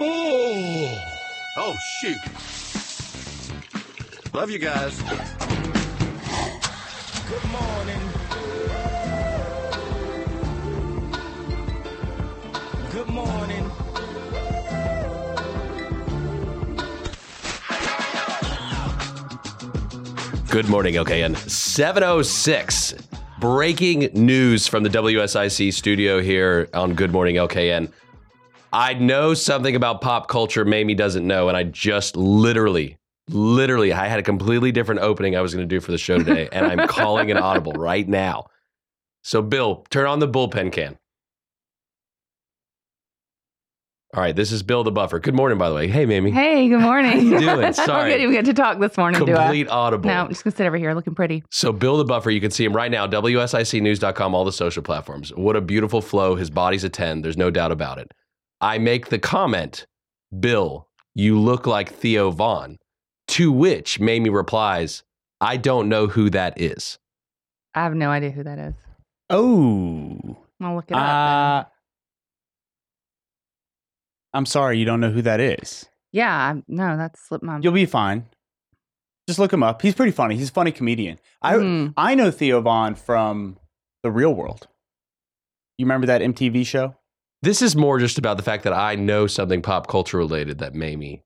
Oh, Oh, shoot. Love you guys. Good morning. Good morning. Good morning, OKN. 706. Breaking news from the WSIC studio here on Good Morning LKN. I know something about pop culture Mamie doesn't know, and I just literally, literally, I had a completely different opening I was going to do for the show today, and I'm calling an audible right now. So, Bill, turn on the bullpen can. All right, this is Bill the Buffer. Good morning, by the way. Hey, Mamie. Hey, good morning. you doing? I Sorry. don't get, even get to talk this morning, Complete do audible. I? No, I'm just gonna sit over here looking pretty. So Bill the Buffer, you can see him right now, WSICnews.com, all the social platforms. What a beautiful flow. His body's a 10. There's no doubt about it. I make the comment, Bill, you look like Theo Vaughn, to which Mamie replies, I don't know who that is. I have no idea who that is. Oh. I'll look it up. Uh, I'm sorry, you don't know who that is. Yeah, I- no, that slipped my. You'll be fine. Just look him up. He's pretty funny. He's a funny comedian. I Mm. I know Theo Vaughn from the real world. You remember that MTV show? This is more just about the fact that I know something pop culture related that Mamie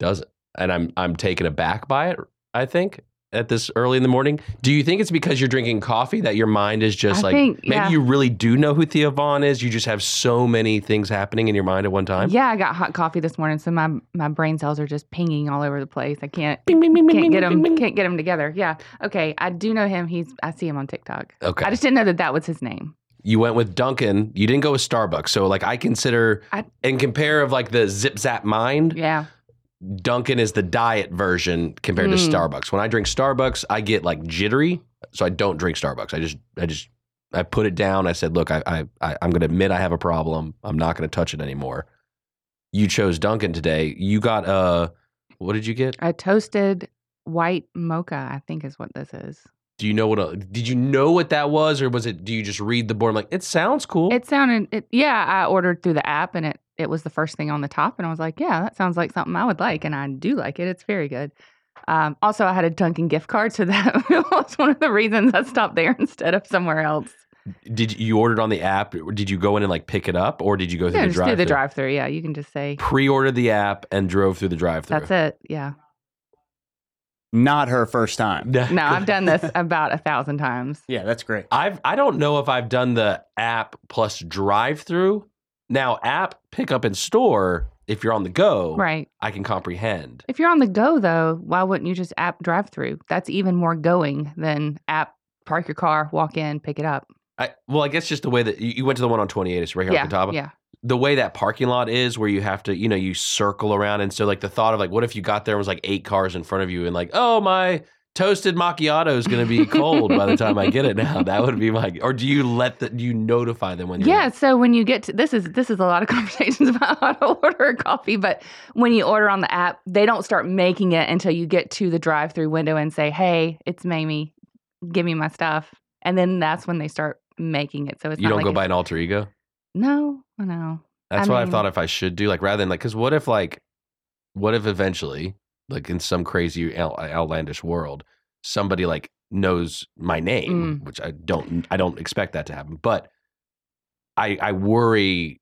doesn't. And I'm I'm taken aback by it, I think, at this early in the morning. Do you think it's because you're drinking coffee that your mind is just I like think, maybe yeah. you really do know who Thea Vaughn is? You just have so many things happening in your mind at one time. Yeah, I got hot coffee this morning, so my my brain cells are just pinging all over the place. I can't Bing, bing, bing, bing, can't bing, get bing, bing. them can't get them together. Yeah, okay, I do know him. He's I see him on TikTok. Okay. I just didn't know that that was his name. you went with Duncan. You didn't go with Starbucks. So like I consider I- and compare of like the zip zap mind. Yeah, Dunkin' is the diet version compared to Mm. Starbucks. When I drink Starbucks, I get like jittery, so I don't drink Starbucks. I just, I just, I put it down. I said, look, I, I, I I'm going to admit I have a problem. I'm not going to touch it anymore. You chose Dunkin' today. You got uh, what did you get? a toasted white mocha. I think is what this is. Do you know what? A, did you know what that was, or was it? Do you just read the board? I'm like, it sounds cool. It sounded, it, yeah, I ordered through the app and it, it was the first thing on the top. And I was like, yeah, that sounds like something I would like. And I do like it. It's very good. Um, also, I had a Dunkin' gift card. So that was one of the reasons I stopped there instead of somewhere else. did you, you order it on the app? Did you go in and like pick it up, or did you go through the Yeah, just through drive? the drive through. Yeah, you can just say, Pre-ordered the app and drove through the drive-through. that's it. Yeah. Not her first time. No, I've done this about a thousand times. Yeah, that's great. I've I don't know if I've done the app plus drive through. Now app pick up in store if you're on the go, Right. I can comprehend. If you're on the go, though, why wouldn't you just app drive through? That's even more going than app park your car, walk in, pick it up. I, well, I guess just the way that you, you went to the one on 28 is right here yeah. on Catawba. Yeah. The way that parking lot is, where you have to, you know, you circle around, and so like the thought of like, what if you got there and was like eight cars in front of you, and like, oh my toasted macchiato is going to be cold by the time I get it. Now that would be my. Or do you let the do you notify them when? You're Yeah, so when you get to this is this is a lot of conversations about how to order a coffee, but when you order on the app, they don't start making it until you get to the drive-through window and say, "Hey, it's Mamie, give me my stuff," and then that's when they start making it. So it's You not don't like go it's- by an alter ego. No, I know. That's I what I mean- thought if I should do, like rather than like, because what if like, what if eventually, like in some crazy out- uh, outlandish world, somebody like knows my name, Mm. which I don't, I don't expect that to happen, but I I worry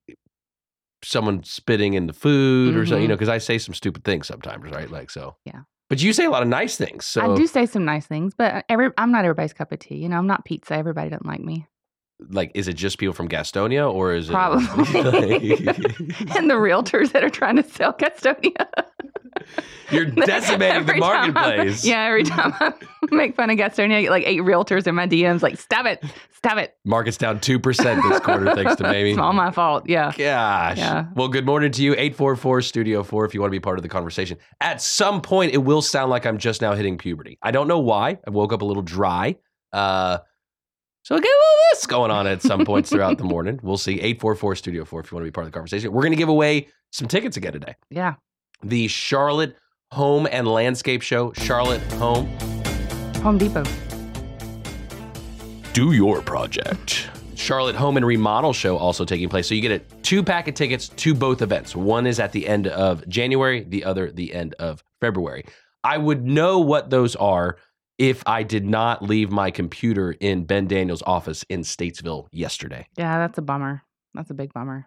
someone spitting in the food or something, you Mhm. know, because I say some stupid things sometimes, right? Like so, Yeah. But you say a lot of nice things, so I do say some nice things, but every I'm not everybody's cup of tea. You know, I'm not pizza. Everybody doesn't like me. like, is it just people from Gastonia or is Probably. it and the realtors that are trying to sell Custodia. You're decimating the Every time I- marketplace? yeah, every time I make fun of Gastonia, I get like eight realtors in my DMs, like, stop it, stop it. Market's down 2% this quarter, thanks to Mamie. It's all my fault. Yeah. Gosh. Yeah. Well, good morning to you. 844 Studio 4 if you want to be part of the conversation. At some point, it will sound like I'm just now hitting puberty. I don't know why. I woke up a little dry. Uh, so I get a little of this going on at some points throughout the morning. We'll see. 844 Studio 4 if you want to be part of the conversation. We're going to give away some tickets again today. Yeah. The Charlotte Home and Landscape Show, Charlotte Home. Home Depot. Do your project. Charlotte Home and Remodel Show also taking place. So you get a two pack of tickets to both events. One is at the end of January, the other the end of February. I would know what those are if I did not leave my computer in Ben Daniels' office in Statesville yesterday. Yeah, that's a bummer. That's a big bummer.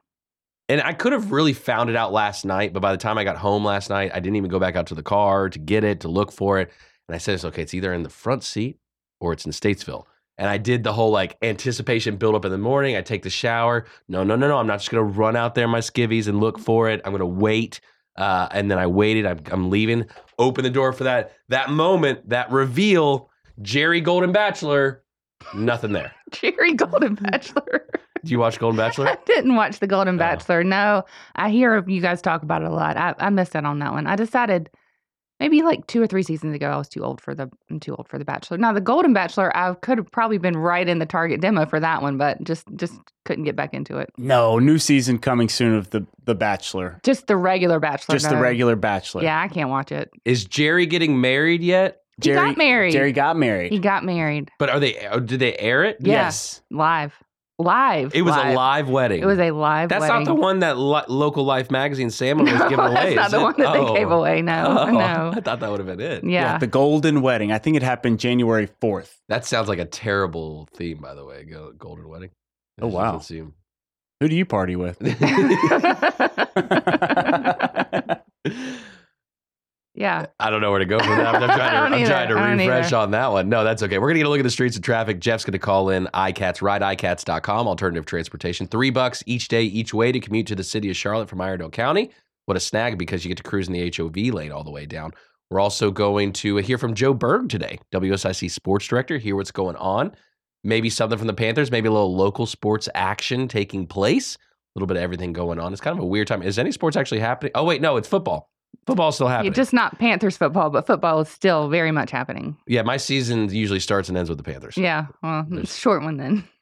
And I could have really found it out last night, but by the time I got home last night, I didn't even go back out to the car to get it, to look for it. And I said, it's okay, it's either in the front seat or it's in Statesville. And I did the whole like anticipation build up in the morning. I take the shower. No, no, no, no. I'm not just going to run out there in my skivvies and look for it. I'm going to wait. Uh, and then I waited. I'm, I'm leaving. Open the door for that. That moment, that reveal, Jerry Golden Bachelor, nothing there. Jerry Golden Bachelor. Do you watch Golden Bachelor? I didn't watch The Golden Oh. Bachelor. No, I hear you guys talk about it a lot. I, I missed out on that one. I decided maybe like two or three seasons ago I was too old for the I'm too old for The Bachelor. Now The Golden Bachelor, I could have probably been right in the target demo for that one, but just just couldn't get back into it. No, new season coming soon of the the Bachelor. Just the regular Bachelor. Just the no. regular Bachelor. Yeah, I can't watch it. Is Jerry getting married yet? He Jerry got married. Jerry got married. he got married But are they? oh, Did they air it? Yeah. Yes. live, live. It was live. a live wedding. It was a live. That's wedding. not the one that li- local Life magazine Salmon was No, giving away. that's not is the it? one that Oh. they gave away. No, Oh, no. I thought that would have been it. Yeah. The Golden Wedding. I think it happened January 4th. That sounds like a terrible theme, by the way. Go- Golden wedding. Oh, It wow. doesn't seem- Who do you party with? yeah. I don't know where to go from that. I'm trying to, I don't I'm either. trying to I don't refresh either. on that one. No, that's okay. We're going to get a look at the streets of traffic. Jeff's going to call in iCats, rideicats.com, alternative transportation. Three bucks each day, each way to commute to the city of Charlotte from Iredell County. What a snag because you get to cruise in the HOV lane all the way down. We're also going to hear from Joe Berg today, WSIC sports director, hear what's going on. Maybe something from the Panthers, maybe a little local sports action taking place. A little bit of everything going on. It's kind of a weird time. Is any sports actually happening? Oh, wait, no, it's football. Football's still Yeah, happening. just not Panthers football, but football is still very much happening. Yeah, my season usually starts and ends with the Panthers. Yeah. Well, There's- it's a short one then.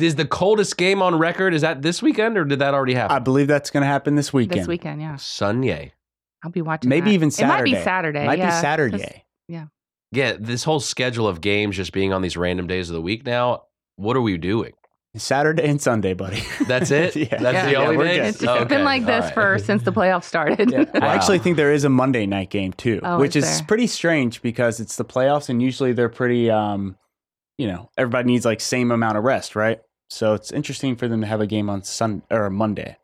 Is the coldest game on record? Is that this weekend or did that already I happen? believe that's going to happen this weekend. This weekend, yeah. Sunday. I'll be watching. Maybe that. even It might Saturday. be Saturday. Might yeah. be Saturday. Just- Yeah, this whole schedule of games just being on these random days of the week now. What are we doing? Saturday and Sunday, buddy. That's it? Yeah. That's the Yeah, only we're day? good. It's Oh, okay. been like All this right. for since the playoffs started. Yeah. I Wow. actually think there is a Monday night game too, Oh, which is is there? pretty strange because it's the playoffs and usually they're pretty um you know, everybody needs like same amount of rest, right? So it's interesting for them to have a game on Sun or Monday.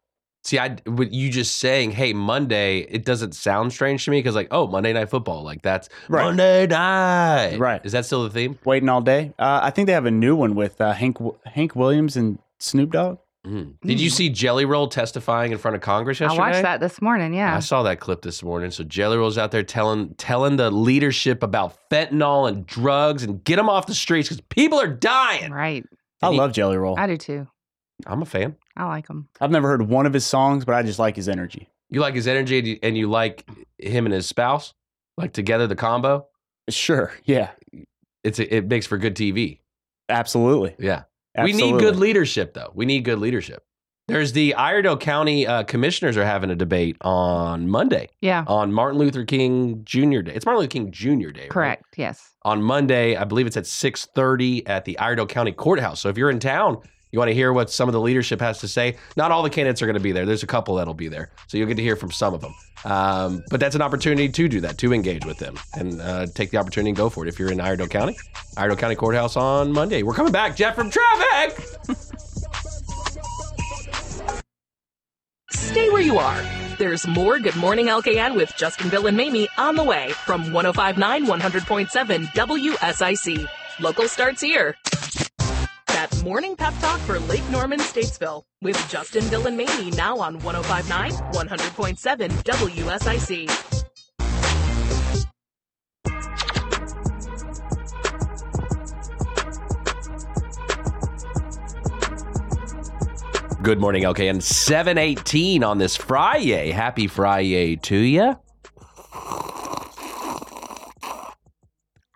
See, I with you just saying, "Hey, Monday," it doesn't sound strange to me because, like, oh, Monday night football, like that's Right. Monday night, Right. Is that still the theme? Waiting all day. Uh, I think they have a new one with uh, Hank Hank Williams and Snoop Dogg. Mm. Did you see Jelly Roll testifying in front of Congress Hmm. I yesterday? watched that this morning. I Yeah. saw that clip this morning. So Jelly Roll's out there telling telling the leadership about fentanyl and drugs and get them off the streets because people are dying. Right. I He- love Jelly Roll. I do too. I'm a fan. I like them. I've never heard one of his songs, but I just like his energy. You like his energy and you, and you like him and his spouse, like together the combo. Sure. Yeah. It's it makes for good TV. Absolutely. Yeah. Absolutely. We need good leadership, though. We need good leadership. There's the Iredell County uh, commissioners are having a debate on Monday Yeah. on Martin Luther King Jr. Day. It's Martin Luther King Jr. Day, right? Correct. Yes. on Monday. I believe it's at 6:30 at the Iredell County Courthouse. So if you're in town, you want to hear what some of the leadership has to say. Not all the candidates are going to be there. There's a couple that'll be there, so you'll get to hear from some of them. Um, but that's an opportunity to do that, to engage with them, and uh, take the opportunity and go for it. If you're in Iredell County, Iredell County Courthouse on Monday. We're coming back, Jeff from traffic. Stay where you are. There's more Good Morning LKN with Justin, Bill, and Mamie on the way from 1059 100.7 WSIC. Local starts here. That morning pep talk for Lake Norman, Statesville with Justin, Bill, and Mamie now on 1059 100.7 WSIC. Good morning, LKN. 718 on this Friday. Happy Friday to you.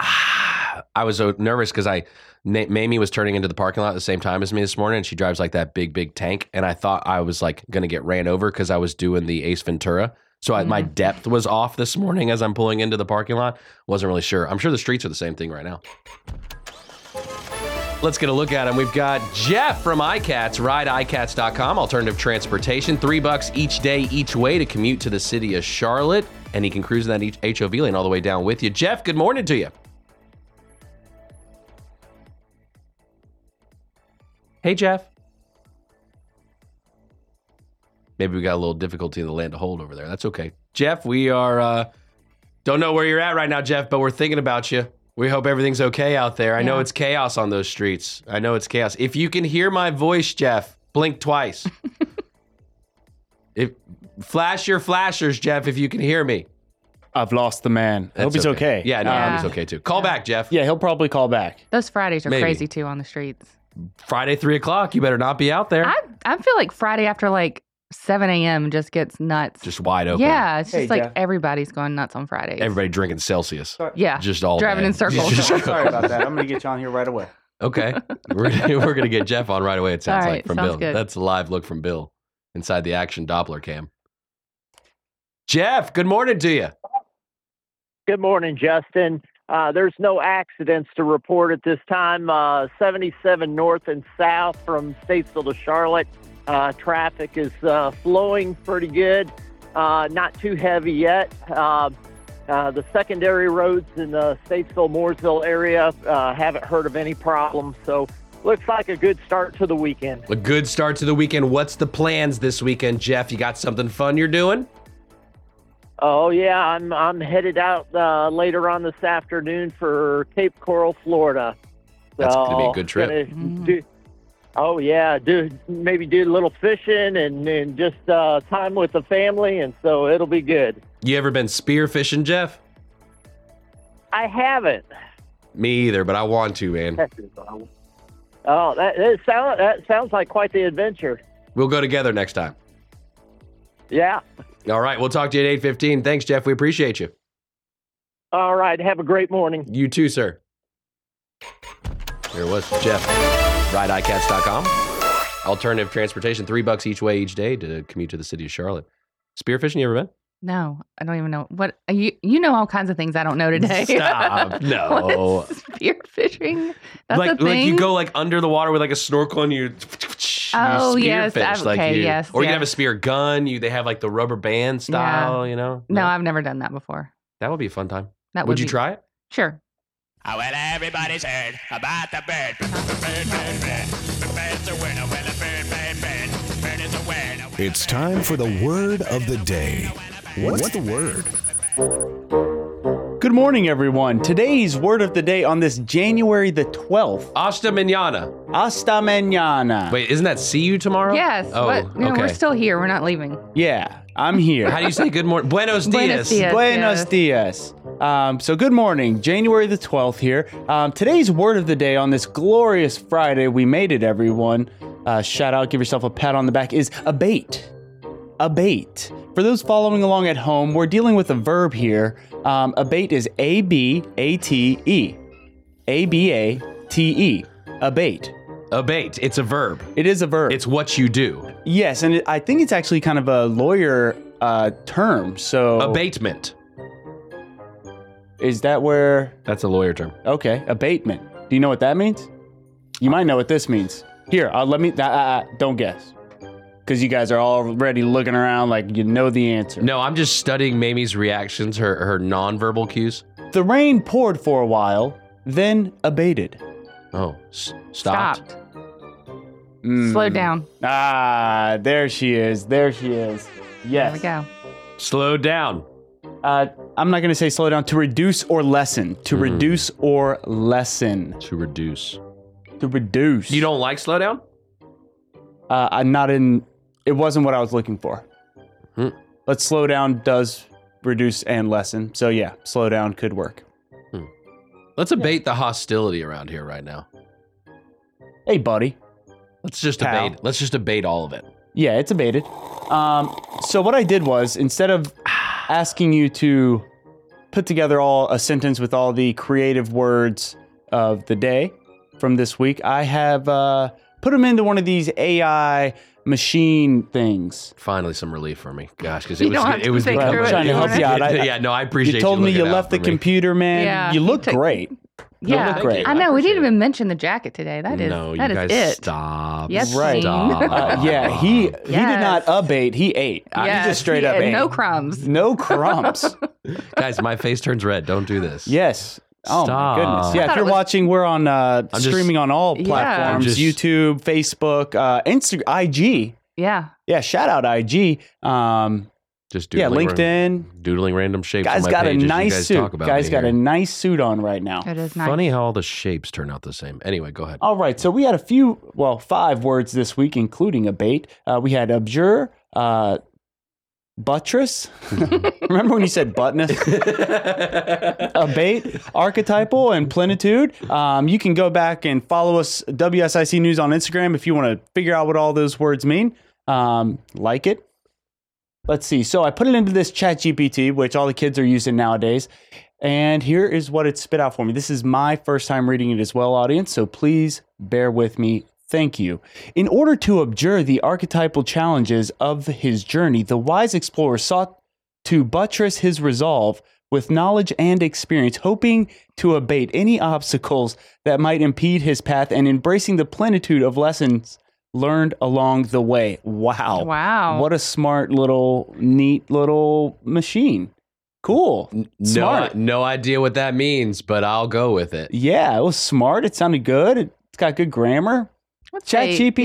Ah, I was so nervous because I Na- Mamie was turning into the parking lot at the same time as me this morning, and she drives like that big, big tank. And I thought I was like going to get ran over because I was doing the Ace Ventura. So I, my depth was off this morning as I'm pulling into the parking lot. Wasn't really sure. I'm sure the streets are the same thing right now. Let's get a look at them. We've got Jeff from iCats, rideicats.com, alternative transportation, three bucks each day, each way to commute to the city of Charlotte. And he can cruise in that H- HOV lane all the way down with you. Jeff, good morning to you. Hey, Jeff. Maybe we got a little difficulty in the land of hold over there. That's okay. Jeff, we are, uh, don't know where you're at right now, Jeff, but we're thinking about you. We hope everything's okay out there. I know Yeah. it's chaos on those streets. I know it's chaos. If you can hear my voice, Jeff, blink twice. if flash your flashers, Jeff, if you can hear me. I've lost the man. I hope That's he's okay. Uh, Yeah, no, Yeah. I hope he's okay too. Call back, Jeff. Yeah, he'll probably call back. Those Fridays are Maybe. crazy too on the streets. Friday, three o'clock. You better not be out there. I I feel like Friday after like seven a.m. just gets nuts. Just wide open. yeah, it's Hey, just like Jeff. everybody's going nuts on Fridays. Everybody drinking Celsius. yeah, Just all Driving day. in circles. Just- Sorry about that. I'm going to get you on here right away. Okay. We're, gonna- we're going to get Jeff on right away, it sounds All like, right, from sounds Bill. good. That's a live look from Bill inside the action Doppler cam. Jeff, good morning to you. Good morning, Justin. Uh, there's no accidents to report at this time. Uh, 77 north and south from Statesville to Charlotte. Uh, traffic is uh, flowing pretty good, uh, not too heavy yet. Uh, uh, the secondary roads in the Statesville Mooresville area uh, haven't heard of any problems, so looks like a good start to the weekend. A good start to the weekend. What's the plans this weekend, Jeff? You got something fun you're doing? Oh yeah, I'm I'm headed out uh, later on this afternoon for Cape Coral, Florida. That's gonna be a So, good trip. gonna do- oh yeah, do maybe do a little fishing and and just uh, time with the family, and so it'll be good. You ever been spear fishing, Jeff? I haven't. Me either, but I want to, man. Oh, that that, sound, that sounds like quite the adventure. We'll go together next time. Yeah. All right. We'll talk to you at 8.15. Thanks, Jeff. We appreciate you. All right. Have a great morning. You too, sir. There was Jeff. RideICats.com. Alternative transportation, three bucks each way each day to commute to the city of Charlotte. Spearfishing, you ever been? No, I don't even know what you you know all kinds of things I don't know today. Stop. No. What is spear fishing. That's like, a thing. like you go like under the water with like a snorkel and you. Oh, you spear yes, fish, I've- like okay, you- yes, Or you yeah. can have a spear gun. You they have like the rubber band style. You know. No, I've never done that before. that would be a fun time. That would would you be- try it? Sure. Oh, well, everybody's heard about the bird. The bird, bird, bird. The bird's a winner. Well, the bird, bird, bird. Bird is a winner. It's time for the word of the day. What's the word? Good morning, everyone. Today's word of the day on this January the 12th, Asta Manana. hasta mañana. Wait, isn't that see you tomorrow? Yes. Oh, what? No, okay. we're still here. We're not leaving. Oh, Yeah, I'm here. How do you say good morning? Buenos dias. Buenos dias. Buenos dias. Um, so, good morning, January the 12th here. Um, today's word of the day on this glorious Friday, we made it, everyone. Uh, shout out, give yourself a pat on the back, is abate. Abate. For those following along at home, we're dealing with a verb here. Um, abate is A B A T E. A B A T E. Abate. Abate. It's a verb. It is a verb. It's what you do. yes, and it, I think it's actually kind of a lawyer uh, term. So, Abatement. is that where. That's a lawyer term. Okay, abatement. Do you know what that means? You might know what this means. Here, uh, let me. Uh, uh, don't guess, because you guys are already looking around like you know the answer. No, I'm just studying Mamie's reactions, her her nonverbal cues. The rain poured for a while, then abated. Oh, s- stopped. Stopped. Mm. Slow down. Ah, there she is. There she is. There Yes. we go. Slowed down. Uh, I'm not gonna say slow down. To reduce or lessen. To Mm. reduce or lessen. To reduce. To reduce. You don't like slow down? Uh, I'm not in. It wasn't what I was looking for. Hmm. But slow down does reduce and lessen. So yeah, slow down could work. Let's abate the hostility around here right now. Hey, buddy. Let's just Pal. abate. Let's just abate all of it. Yeah, it's abated. Um, so what I did was instead of asking you to put together all a sentence with all the creative words of the day from this week, I have uh, put them into one of these AI machine things. Finally, some relief for me. Gosh, because You it was don't have it was to think becoming- through it. I'm trying to help you out. I- yeah, no, I appreciate You told me looking you out left for the computer, man. Yeah, you he look took- great. Yeah, thank great. you. I know. We appreciate didn't it. even mention the jacket today. That is no, you that is guys it. stop. Yes, Right. Shane. Uh, yeah, he he did not Yes. abate. He ate. Uh, Yes, he just straight he up had ate. No crumbs. No crumbs. guys, my face turns red. Don't do this. yes. Oh Stop. my goodness. I Yeah, thought if you're it was- watching, we're on uh, I'm just- streaming on all Yeah. platforms: I'm just- YouTube, Facebook, uh, Instagram, IG. Yeah. Yeah, shout out IG. Um, Just yeah, doodling LinkedIn. ran- doodling random shapes. Guys on my got page a as you nice guys suit. Talk about Guys me got here. a nice suit on right now. It is nice. Funny how all the shapes turn out the same. Anyway, go ahead. All right, so we had a few, well, five words this week, including abate. Uh, we had abjure, uh, buttress. Remember when you said buttness? abate, archetypal, and plenitude. Um, you can go back and follow us, WSIC News on Instagram, if you want to figure out what all those words mean. Um, like it. Let's see. So I put it into this chat GPT, which all the kids are using nowadays. And here is what it spit out for me. This is my first time reading it as well, audience. So please bear with me. Thank you. In order to abjure the archetypal challenges of his journey, the wise explorer sought to buttress his resolve with knowledge and experience, hoping to abate any obstacles that might impede his path and embracing the plenitude of lessons learned along the way. Wow. Wow. What a smart little, neat little machine. Cool. No, Smart. no idea what that means, but I'll go with it. Yeah, it was smart. It sounded good. It's got good grammar. Let's Chat say- GPT.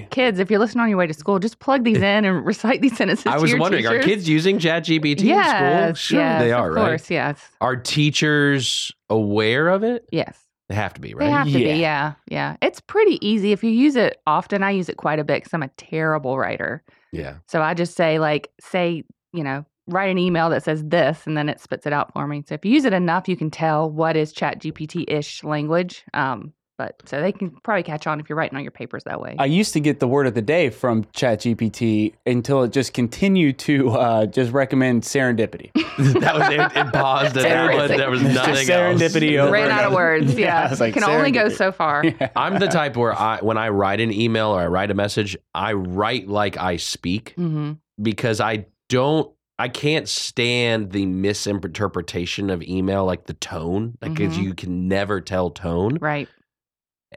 yeah. Kids, if you're listening on your way to school, just plug these in and recite these sentences. I to was your wondering, are teachers. kids using ChatGPT in school? Yes, Sure, yes, they are, Of right? course, yes, Are teachers aware of it? yes. They have to be, right? They have to Yeah. be, yeah, yeah. It's pretty easy if you use it often. I use it quite a bit because I'm a terrible writer. yeah. So I just say like, say, you know, write an email that says this, and then it spits it out for me. So if you use it enough, you can tell what is Chat GPT ish language. Um, but so they can probably catch on if you're writing on your papers that way. I used to get the word of the day from ChatGPT until it just continued to uh, just recommend serendipity. that was it. It paused and there was, Terroristic. there was It's just nothing serendipity else. over Ran and out of over. words. Yeah, I Yeah, was like, can only go serendipity. so far. I'm the type where I, when I write an email or I write a message, I write like I speak hmm because I don't, I can't stand the misinterpretation of email, like the tone, like 'cause Mhm. you can never tell tone. Right.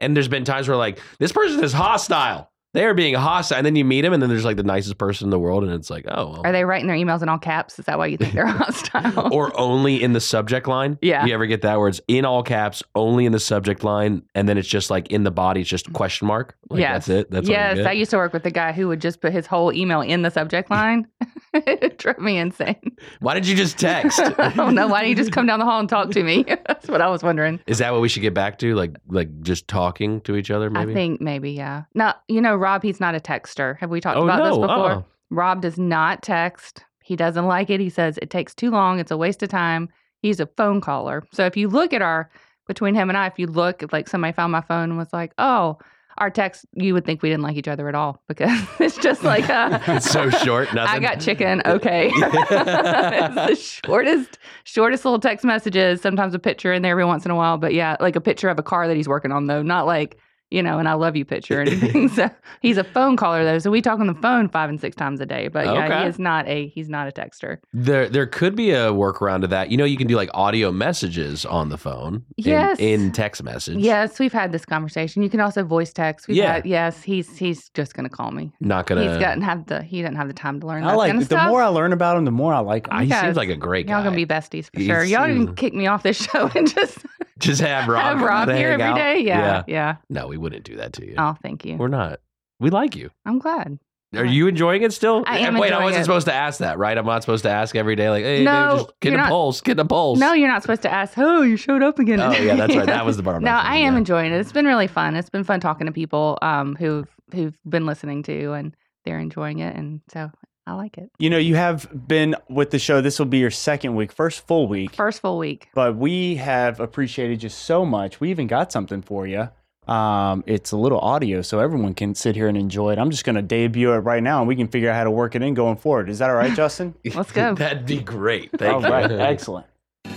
And there's been times where like this person is hostile. They are being hostile, and then you meet them, and then there's like the nicest person in the world, and it's like, oh, well. Are they writing their emails in all caps? Is that why you think they're hostile? or only in the subject line. Yeah. You ever get that where it's in all caps, only in the subject line, and then it's just like in the body, it's just question mark. Like Yes. that's it. That's all you yes, get? I used to work with the guy who would just put his whole email in the subject line. it drove me insane. Why did you just text? I don't know. Why don't you just come down the hall and talk to me? That's what I was wondering. Is that what we should get back to? Like like just talking to each other, maybe? I think maybe, yeah. Now, you know, Rob, he's not a texter. Have we talked Oh, about this no. before? Uh-uh. Rob does not text. He doesn't like it. He says it takes too long. It's a waste of time. He's a phone caller. So if you look at our, between him and I, if you look, like somebody found my phone and was like, oh, our text, you would think we didn't like each other at all because it's just like, uh, it's so short, nothing. I got chicken. Okay. it's the shortest, shortest little text messages. Sometimes a picture in there every once in a while. But yeah, like a picture of a car that he's working on, though. Not like, you know, an I love you picture or anything. so he's a phone caller, though. So we talk on the phone five and six times a day. But yeah, Okay. he is not a, he's not a texter. There there could be a workaround to that. You know, you can do like audio messages on the phone. in- Yes. In, text message. Yes, we've had this conversation. You can also voice text. We've Yeah. had, yes, he's, he's just going to call me. Not gonna He's gotten have the, he doesn't have the time to learn. I that like kind the of stuff. more I learn about him, the more I like him. Ah, he Yes. seems like a great guy. Y'all gonna be besties for He sure. Y'all seems- can kick me off this show and just just have Rob, have come Rob to here hang every out. day. Yeah, yeah. No, we wouldn't do that to you. Oh, thank you. We're not. We like you. I'm glad. Are you enjoying it still? I am Wait, I enjoying wasn't it. supposed to ask that, right? I'm not supposed to ask every day, like, hey, No, babe, just get you're a not- pulse, get a pulse. No, you're not supposed to ask. Oh, you showed up again. Oh, today." yeah, that's right. That was the part I'm no, not I supposed to am do. enjoying it. It's been really fun. It's been fun talking to people um, who've who've been listening to and they're enjoying it, and so I like it. You know, you have been with the show. This will be your second week, first full week. First full week. but we have appreciated you so much. We even got something for you. Um, it's a little audio, so everyone can sit here and enjoy it. I'm just going to debut it right now, and we can figure out how to work it in going forward. Is that all right, Justin? Let's go. That'd be great. Thank all you. right, excellent. There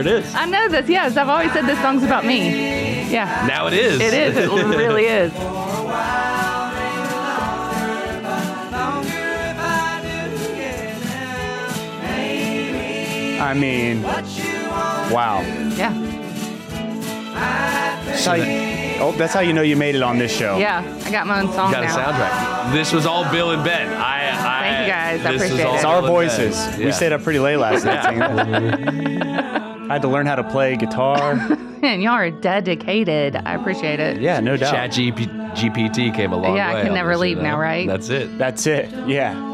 it is. I know this. Yes, I've always said this song's about me. Yeah, Now it is. it is. It really is. Longer if I do, yeah. Maybe I mean, wow. Yeah. That's how you- oh, that's how you know you made it on this show. Yeah. I got my own song Oh. Got a now. soundtrack. This was all Bill and Ben. I, I Thank you, guys. I this was appreciate all it. It's our Bill and Ben. voices. Yeah. We stayed up pretty late last night. singing that. I had to learn how to play guitar. Man, y'all are dedicated. I appreciate it. Yeah, no doubt. Chat GP, GPT came a long Yeah, I way. can on never this, you leave know? now, right? That's it. That's it. Yeah.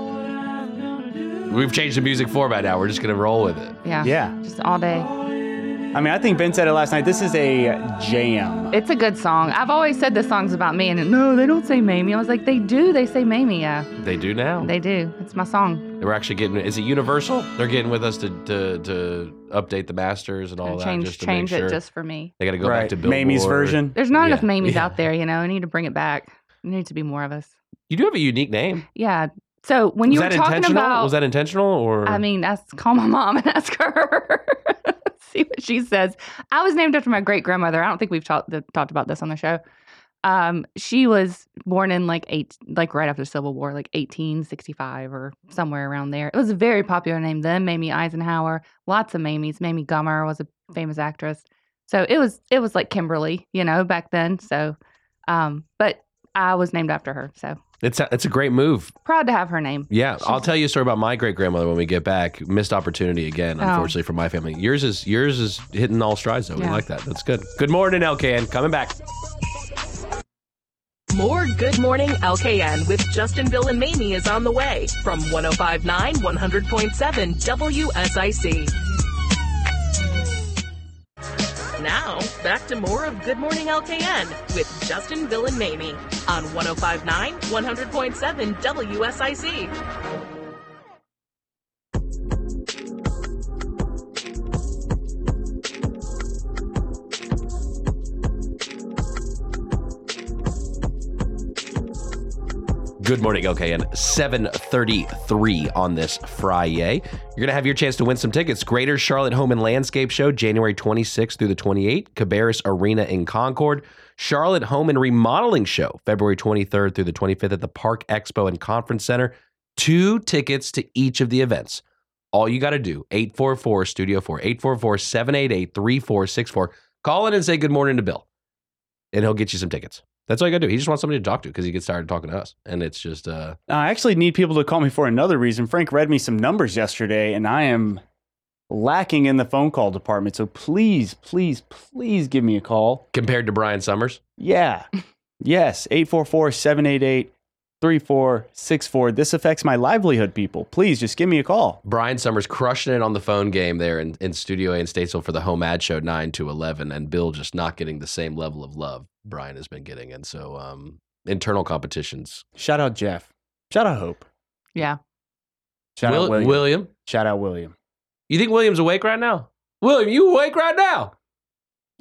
We've changed the music format now. We're just gonna roll with it. Yeah. Yeah. Just all day. I mean, I think Ben said it last night. This is a jam. It's a good song. I've always said this song's about me, and no, they don't say Mamie. I was like, they do. They say Mamie. Yeah, They do now. they do. It's my song. We're actually getting. Is it Universal? They're getting with us to to, to update the masters and all And that. change just to change make sure it just for me. they got to go back to Billboard. Mamie's version. There's not enough Yeah. Mamies Yeah. out there, you know. I need to bring it back. There needs to be more of us. You do have a unique name. Yeah. So when you was were that talking intentional? about, was that intentional or? I mean, ask call my mom and ask her. See what she says. I was named after my great grandmother. I don't think we've talked talked about this on the show. Um, she was born in like eight, like right after the Civil War, like 1865 or somewhere around there. It was a very popular name then. Mamie Eisenhower, lots of Mamies. Mamie Gummer was a famous actress, so it was it was like Kimberly, you know, back then. So, um, but I was named after her, so it's a, it's a great move. proud to have her name. Yeah, I'll tell you a story about my great grandmother when we get back. Missed opportunity again, Oh. unfortunately, for my family. Yours is yours is hitting all strides though. We Yeah. like that. That's good. Good morning, LKN. Coming back. More Good Morning LKN with Justin, Bill, and Mamie is on the way from 1059 100.7 WSIC. Now, back to more of Good Morning LKN with Justin, Bill, and Mamie on 1059 100.7 WSIC. Good morning, OKN. 733 on this Friday. You're going to have your chance to win some tickets. Greater Charlotte Home and Landscape Show, January 26th through the 28th. Cabarrus Arena in Concord. Charlotte Home and Remodeling Show, February 23rd through the 25th at the Park Expo and Conference Center. Two tickets to each of the events. All you got to do, 844 Studio 4, 844 788 3464. Call in and say good morning to Bill, and he'll get you some tickets. That's all you got to do. He just wants somebody to talk to because he gets tired of talking to us. And it's just, uh, I actually need people to call me for another reason. Frank read me some numbers yesterday, and I am lacking in the phone call department. So please, please, please give me a call. compared to Brian Summers. Yeah. yes. 844 788 3464. This affects my livelihood, people. Please just give me a call. Brian Summers crushing it on the phone game there in, in Studio A in Statesville for the home ad show 9 to 11, and Bill just not getting the same level of love Brian has been getting. And so, um, internal competitions. Shout out Jeff. Shout out Hope. Yeah, Shout Will- out William. William, Shout out William. you think William's awake right now? William, you awake right now?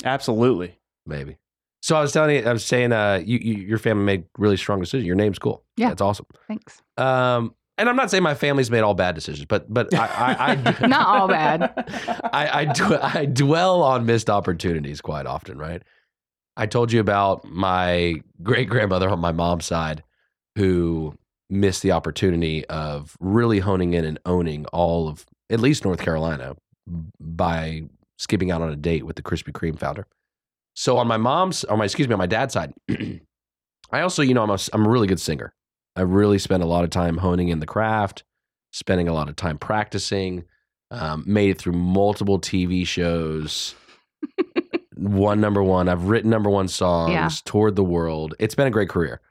Absolutely. Maybe. So I was telling you, I was saying, uh, you, you your family made really strong decisions. Your name's cool. Yeah. that's awesome. thanks. Um, and I'm not saying my family's made all bad decisions, but but I I, I Not all bad. I, I, dw- I dwell on missed opportunities quite often, right? I told you about my great grandmother on my mom's side who missed the opportunity of really honing in and owning all of at least North Carolina by skipping out on a date with the Krispy Kreme founder. So on my mom's, or my excuse me, on my dad's side, I also, you know, I'm a, I'm a really good singer. I really spent a lot of time honing in the craft, spending a lot of time practicing um, made it through multiple TV shows. one number one. I've written number one songs, Yeah. toured the world. It's been a great career.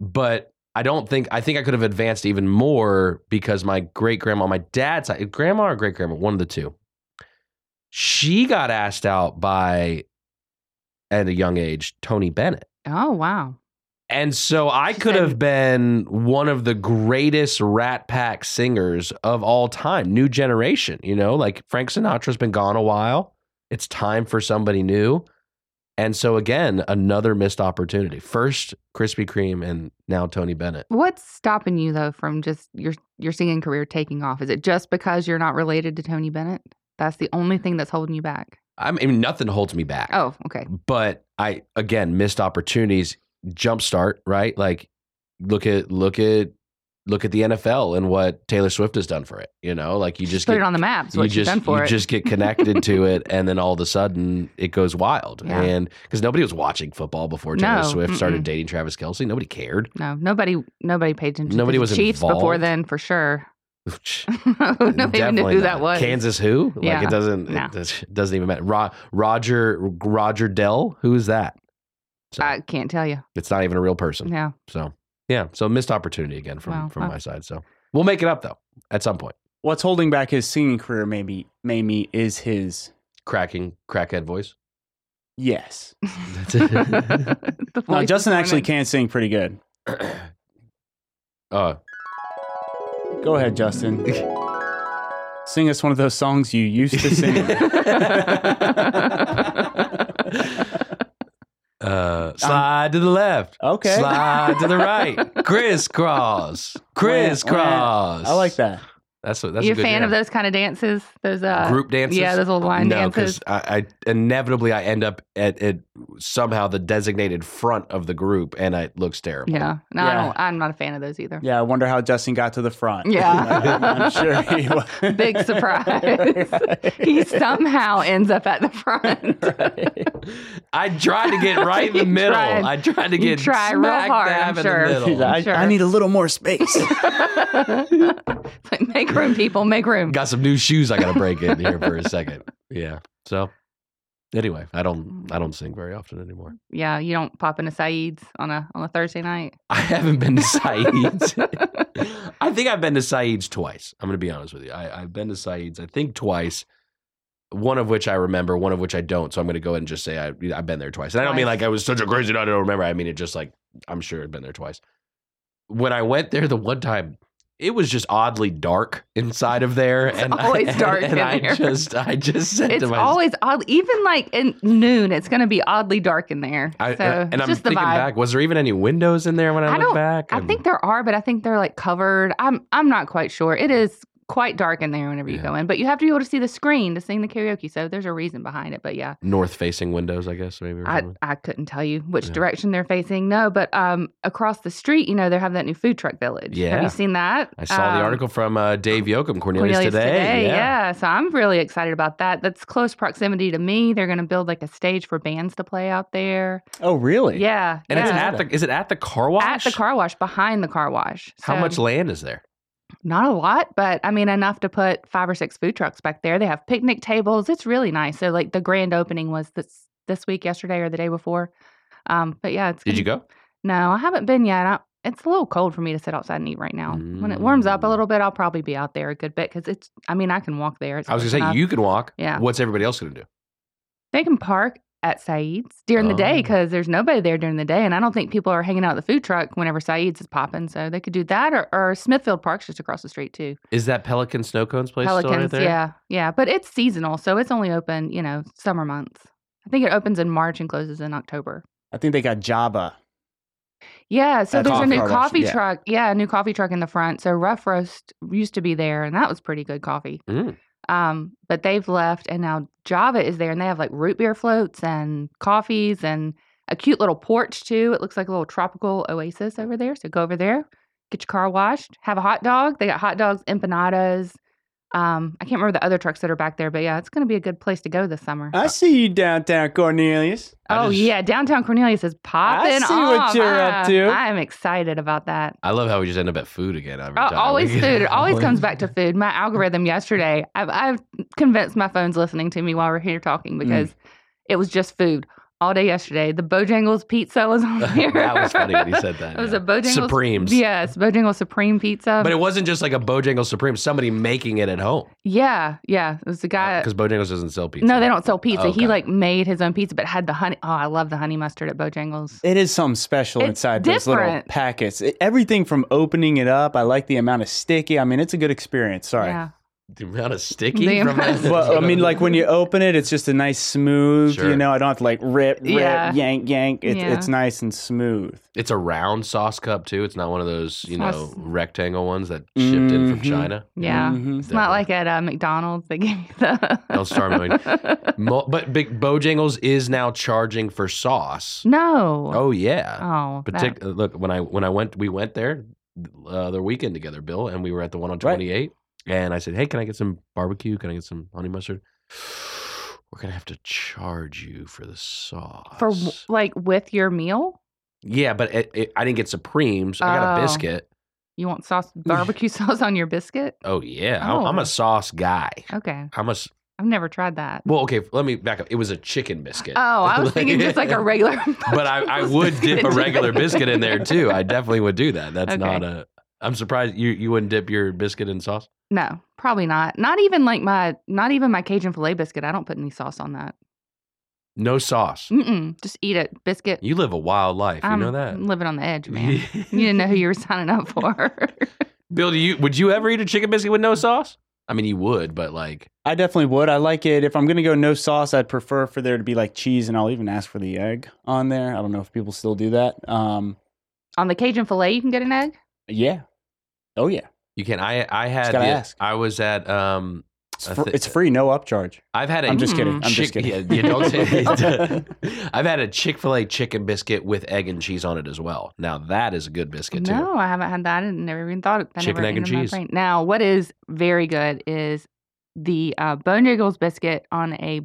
But I don't think I think I could have advanced even more because my great grandma, my dad's side, grandma or great grandma, one of the two. She got asked out by at a young age, Tony Bennett. Oh wow. And so I She could said- have been one of the greatest Rat Pack singers of all time, new generation. You know, like Frank Sinatra's been gone a while. It's time for somebody new. And so again, another missed opportunity. First Krispy Kreme, and now Tony Bennett. What's stopping you though from just your your singing career taking off? Is it just because you're not related to Tony Bennett? That's the only thing that's holding you back. I mean, nothing holds me back. Oh, okay. but I again missed opportunities. Jumpstart, right? Like look at look at look at the NFL and what Taylor Swift has done for it. You know, like you just Put get, it on the map. Is you what she's just done for you it. just get connected to it, and then all of a sudden it goes wild. Yeah. And because nobody was watching football before Taylor No, Swift started mm-mm. dating Travis Kelsey, nobody cared. no, nobody, nobody paid attention. Nobody to was the Chiefs before involved. then for sure. nobody even knew Definitely who that not. was. Kansas who? Like Yeah. it doesn't No. it does- doesn't even matter. Ro- Roger Roger Dell, who is that? So I can't tell you. it's not even a real person. No, So yeah, so missed opportunity again from Wow. from Oh. my side. So we'll make it up though at some point. What's holding back his singing career, maybe, maybe is his Cracking crackhead voice. yes. The No, voice Justin is actually going can sing pretty good. Uh, Go ahead, Justin. sing us one of those songs you used to sing. uh, slide to the left. Okay. Slide to the right. Crisscross. Crisscross. I like that. That's what. That's you a a good fan of jam. those kind of dances? Those uh, group dances. Yeah, those little line no, dances. because I, I inevitably I end up at, at somehow the designated front of the group, and it looks terrible. Yeah. No, I Yeah. don't, I'm not a fan of those either. Yeah, I wonder how Justin got to the front. Yeah. I'm sure he was. Big surprise. he somehow ends up at the front. I tried to get right in the You middle. tried. I tried to You get tried real smack hard, dab I'm in sure. the He's middle. like, I, Sure. I need a little more space. It's like, make room, people, make room. Got some new shoes I got to break in here for a second. Yeah. So anyway, I don't I don't sing very often anymore. Yeah, you don't pop into Saeed's on a on a Thursday night. I haven't been to Saeed's. I think I've been to Saeed's twice. I'm going to be honest with you. I, I've been to Saeed's, I think twice, one of which I remember, one of which I don't. So I'm going to go ahead and just say I, I've been there twice. And I don't mean Twice. like I was such a crazy night, I don't remember. I mean it just like I'm sure I'd been there twice. When I went there the one time, it was just oddly dark inside of there. and I- always and- dark And, in I there. just, I just said It's to myself, always odd. Even like in noon, it's going to be oddly dark in there. I, so and, and it's I'm just the thinking vibe. back. Was there even any windows in there when I, I look don't- back? I And- think there are, but I think they're like covered. I'm I'm not quite sure. It is quite dark in there whenever you Yeah. go in, but you have to be able to see the screen to sing the karaoke. So there's a reason behind it. But yeah, north facing windows, I guess maybe. Or I, something. I couldn't tell you which Yeah. direction they're facing. No, but um across the street, you know, they have that new food truck village. Have Yeah. you seen that? I saw the Um, article from uh, Dave Yoakum, Cornelius, Cornelius today. yeah. So I'm really excited about that. That's close proximity to me. They're going to build like a stage for bands to play out there. oh, really? Yeah. and it's yeah. at the is it at the car wash? At the car wash, behind the car wash. How So- much land is there? Not a lot, but I mean enough to put five or six food trucks back there. They have picnic tables. It's really nice. So like the grand opening was this this week, yesterday, or the day before. Um, but yeah, it's Did you go? No, I haven't been yet. I, it's a little cold for me to sit outside and eat right now. When it warms up a Mm. little bit, I'll probably be out there a good bit because it's. I mean, I can walk there. It's I was close gonna say enough. you can walk. Yeah. What's everybody else gonna do? They can park at Saeed's during the day Oh. because there's nobody there during the day, and I don't think people are hanging out at the food truck whenever Saeed's is popping. So they could do that, or, or Smithfield Park's just across the street too. Is that Pelican Snow Cones place still right Pelicans, there? yeah, yeah, but it's seasonal, so it's only open, you know, summer months. I think it opens in March and closes in October. I think they got Jabba. Yeah, so That's there's a awesome. new Car wash, coffee yeah. truck. Yeah, a new coffee truck in the front. So Rough Roast used to be there, and that was pretty good coffee. Mm. Um, but they've left, and now Java is there, and they have like root beer floats and coffees and a cute little porch too. It looks like a little tropical oasis over there. So go over there, get your car washed, have a hot dog. They got hot dogs, empanadas. Um, I can't remember the other trucks that are back there, but yeah, it's going to be a good place to go this summer. I see you downtown, Cornelius. I oh just- yeah, downtown Cornelius is popping see what off. you're up Ah, to. I'm excited about that. I love how we just end up at food again every Oh, time. always food. It always comes back to food. My algorithm yesterday, I've, I've convinced my phone's listening to me while we're here talking Mm. because it was just food all day yesterday. The Bojangles pizza was on here. that was funny when he said that. It was yeah. a Bojangles Supremes. Yes, Bojangles Supreme Pizza. But it wasn't just like a Bojangles Supreme, somebody making it at home. yeah, yeah. It was the guy. Because Bojangles doesn't sell Oh, pizza. Uh, Oh, no, they don't sell pizza. Okay. He like made his own pizza, but had the honey. Oh, I love the honey mustard at Bojangles. It is something special It's inside those little different. packets. It- everything from opening it up, I like the amount of sticky. I mean, it's a good experience. Sorry. Yeah. The amount of sticky The from amount that. of Well, I mean, like when you open it, it's just a nice smooth. Sure. You know, I don't have to like rip, rip, Yeah. yank, yank. It, Yeah. It's nice and smooth. It's a round sauce cup too. It's not one of those, you know, Sauce. rectangle ones that shipped in from Mhm. China. Yeah. Mhm. Mm-hmm. It's not like at uh, McDonald's. They give you the. Don't start Mo- but Big Bojangles is now charging for sauce. no. Oh yeah. uh, Oh, that- Partic- look, when I when I went we went there, uh, their weekend together, Bill, and we were at the one on Right. 28. And I said, "Hey, can I get some barbecue? Can I get some honey mustard?" We're gonna have to charge you for the sauce. For w- like with your meal, yeah, but it, it, I didn't get supreme, so I got a Oh. biscuit. you want sauce, barbecue sauce on your biscuit? Oh yeah, I'm- Oh. I'm a sauce guy. Okay, I'm a s- I've never tried that. well. Okay, let me back up. It was a chicken biscuit. Oh, I was thinking just like a regular. but I, I would dip a regular biscuit in there too. I definitely would do that. That's Okay. not a. I'm surprised you you wouldn't dip your biscuit in sauce. No, probably not. Not even like my, not even my Cajun filet biscuit. I don't put any sauce on that. No sauce. Mm-mm. Just eat it, biscuit. You live a wild life. I'm you know that. living on the edge, man. you didn't know who you were signing up for. Bill, do you would you ever eat a chicken biscuit with no sauce? I mean, you would, but like, I definitely would. I like it. If I'm going to go no sauce, I'd prefer for there to be like cheese, and I'll even ask for the egg on there. I don't know if people still do that. Um, on the Cajun filet, you can get an egg. yeah. Oh yeah. you can. I I had. gotta the- ask. I was at. Um, It's, I fr- thi- it's free, no upcharge. I've had a. I'm just kidding. I'm Mm. just chick- kidding. Yeah, you don't say- I've had a Chick Fil A chicken biscuit with egg and cheese on it as well. Now that is a good biscuit too. No, I haven't had that. I never even thought. That Chicken, never egg, and entered my cheese. brain. Now, what is very good is the uh, Bone Jiggles biscuit on a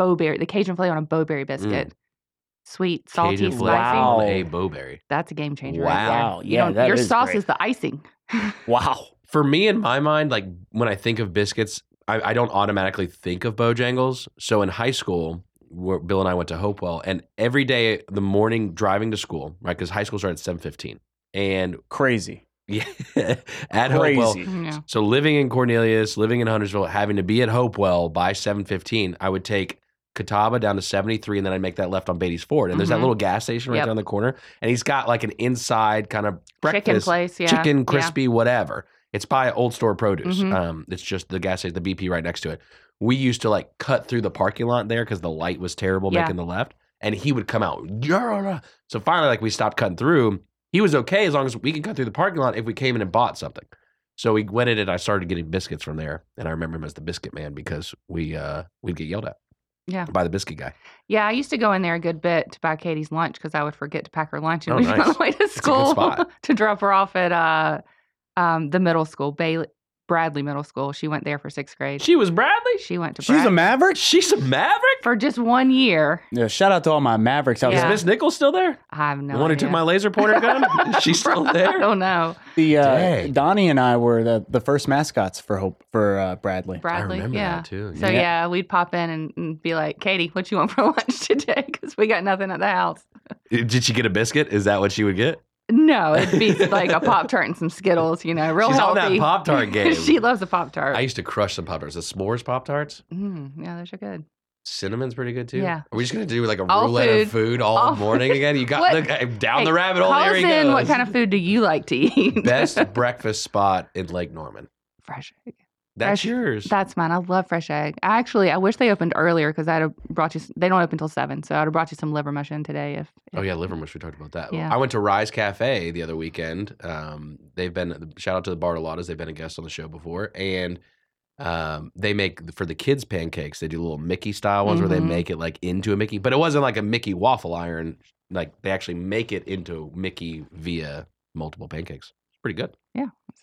bowberry, the Cajun filet on a bowberry biscuit. Sweet, salty, Mm. Cajun spicy. filet Wow. on a bowberry. That's a game changer. Wow. Right there. You Yeah, don't- that your is sauce great. is the icing. wow. for me in my mind, like when I think of biscuits, I, I don't automatically think of Bojangles. So in high school, where Bill and I went to Hopewell, and every day the morning driving to school, right? Because high school started at seven fifteen, and Crazy. yeah, at Hopewell. Crazy. Mm-hmm. yeah. So living in Cornelius, living in Huntersville, having to be at Hopewell by seven fifteen, I would take Catawba down to seventy three, and then I'd make that left on Beatty's Ford. And there's that Mhm. little gas station right Yep. down the corner, and he's got like an inside kind of breakfast Chicken place. Yeah. chicken Yeah. crispy whatever it's by old store produce Mhm. um, it's just the gas station the bp right next to it we used to like cut through the parking lot there because the light was terrible Yeah. making the left and he would come out "Yarrah." so finally like we stopped cutting through he was okay as long as we could cut through the parking lot if we came in and bought something so we went in and i started getting biscuits from there and i remember him as the biscuit man because we uh we'd get yelled at Yeah. by the biscuit guy Yeah, I used to go in there a good bit to buy Katie's lunch because I would forget to pack her lunch and Oh, we'd be on nice. the way to a good school spot. to drop her off at uh, um, the middle school, Bailey Bradley Middle School. She went there for sixth grade. She, she was bradley went to She's a Brad- maverick. she's a maverick for just one year. Yeah. Shout out to all my mavericks out Yeah. is miss nichols still there I have no the one who idea. took my laser pointer gun is she still there I don't know. The uh, Dang. Donnie and I were the, the first mascots for Hope for uh, Bradley. Bradley. I remember yeah. that too. So yeah. we'd pop in and, and be like, "Katie, what you want for lunch today?" Because we got nothing at the house. Did she get a biscuit? Is that what she would get? No, it'd be like a pop tart and some Skittles. You know, real She's on healthy. that Pop-Tart game. she loves a pop tart. I used to crush some Pop Tarts. The s'mores Pop Tarts. Mm, yeah, those are good. Cinnamon's pretty good too. Yeah. Are we just gonna do like a All roulette of food. food all, All morning food. again? You got What- the, uh, down Hey, the rabbit hole. Call There us he in. goes. What kind of food do you like to eat? Best breakfast spot in Lake Norman. fresh egg. That's Fresh- yours. That's mine. I love fresh egg. I actually, I wish they opened earlier because I'd have brought you. s- They don't open till seven, so I'd have brought you some liver mush in today. If, Oh yeah, Livermush. We talked about that. Yeah. I went to Rise Cafe the other weekend. Um, they've been shout out to the Bartolotas. They've been a guest on the show before, and um, they make for the kids pancakes. They do little Mickey style ones where they Mhm. make it like into a Mickey, but it wasn't like a Mickey waffle iron. Like they actually make it into Mickey via multiple pancakes. It's pretty good.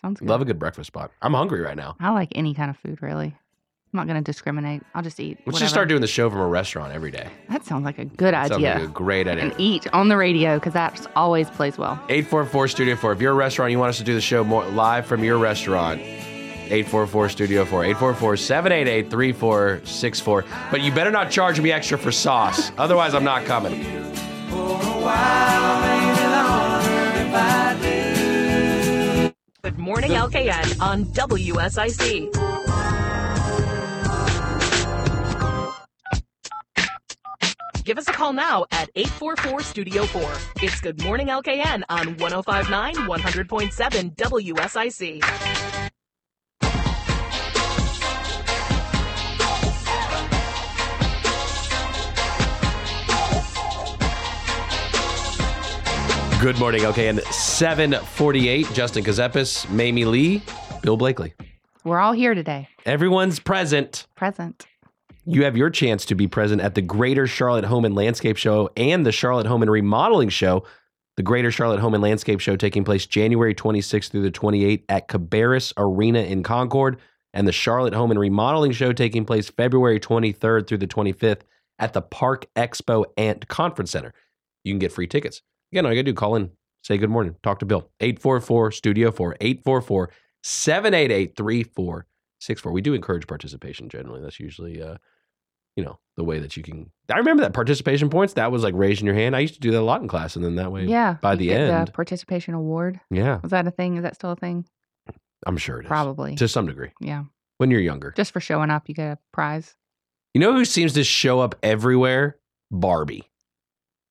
sounds good. Love a good breakfast spot. I'm hungry right now. I like any kind of food really. I'm not going to discriminate. I'll just eat. Let's just start whatever. doing the show from a restaurant every day. That sounds like a good That sounds like idea. a great idea. and eat on the radio because that just always plays well. 844 Studio 4. If you're a restaurant, you want us to do the show more live from your restaurant. 844 Studio 4. 844 788 3464. But you better not charge me extra for sauce. Otherwise, I'm not coming. Good morning, LKN on WSIC. Give us a call now at 844 Studio 4. It's Good Morning LKN on 1059 100.7 WSIC. Good morning. Okay, and 748, Justin Kazepis, Mamie Lee, Bill Blakely. We're all here today, Everyone's present. present. You have your chance to be present at the Greater Charlotte Home and Landscape Show and the Charlotte Home and Remodeling Show the Greater Charlotte Home and Landscape Show taking place January 26th through the 28th at Cabarrus Arena in Concord, and the Charlotte Home and Remodeling Show taking place February 23rd through the 25th at the Park Expo and Conference Center. You can get free tickets. Again, all you gotta do, call in, say good morning, talk to Bill. 844 Studio 4 844 788 3464. We do encourage participation generally. That's usually uh, you know, the way that you can I remember that participation points, that was like raising your hand. I used to do that a lot in class and then that way yeah. by you the get end. the participation award. Yeah, Was that a thing? Is that still a thing? I'm sure it is. Probably. To some degree. yeah. When you're younger. Just for showing up, you get a prize. You know who seems to show up everywhere? Barbie.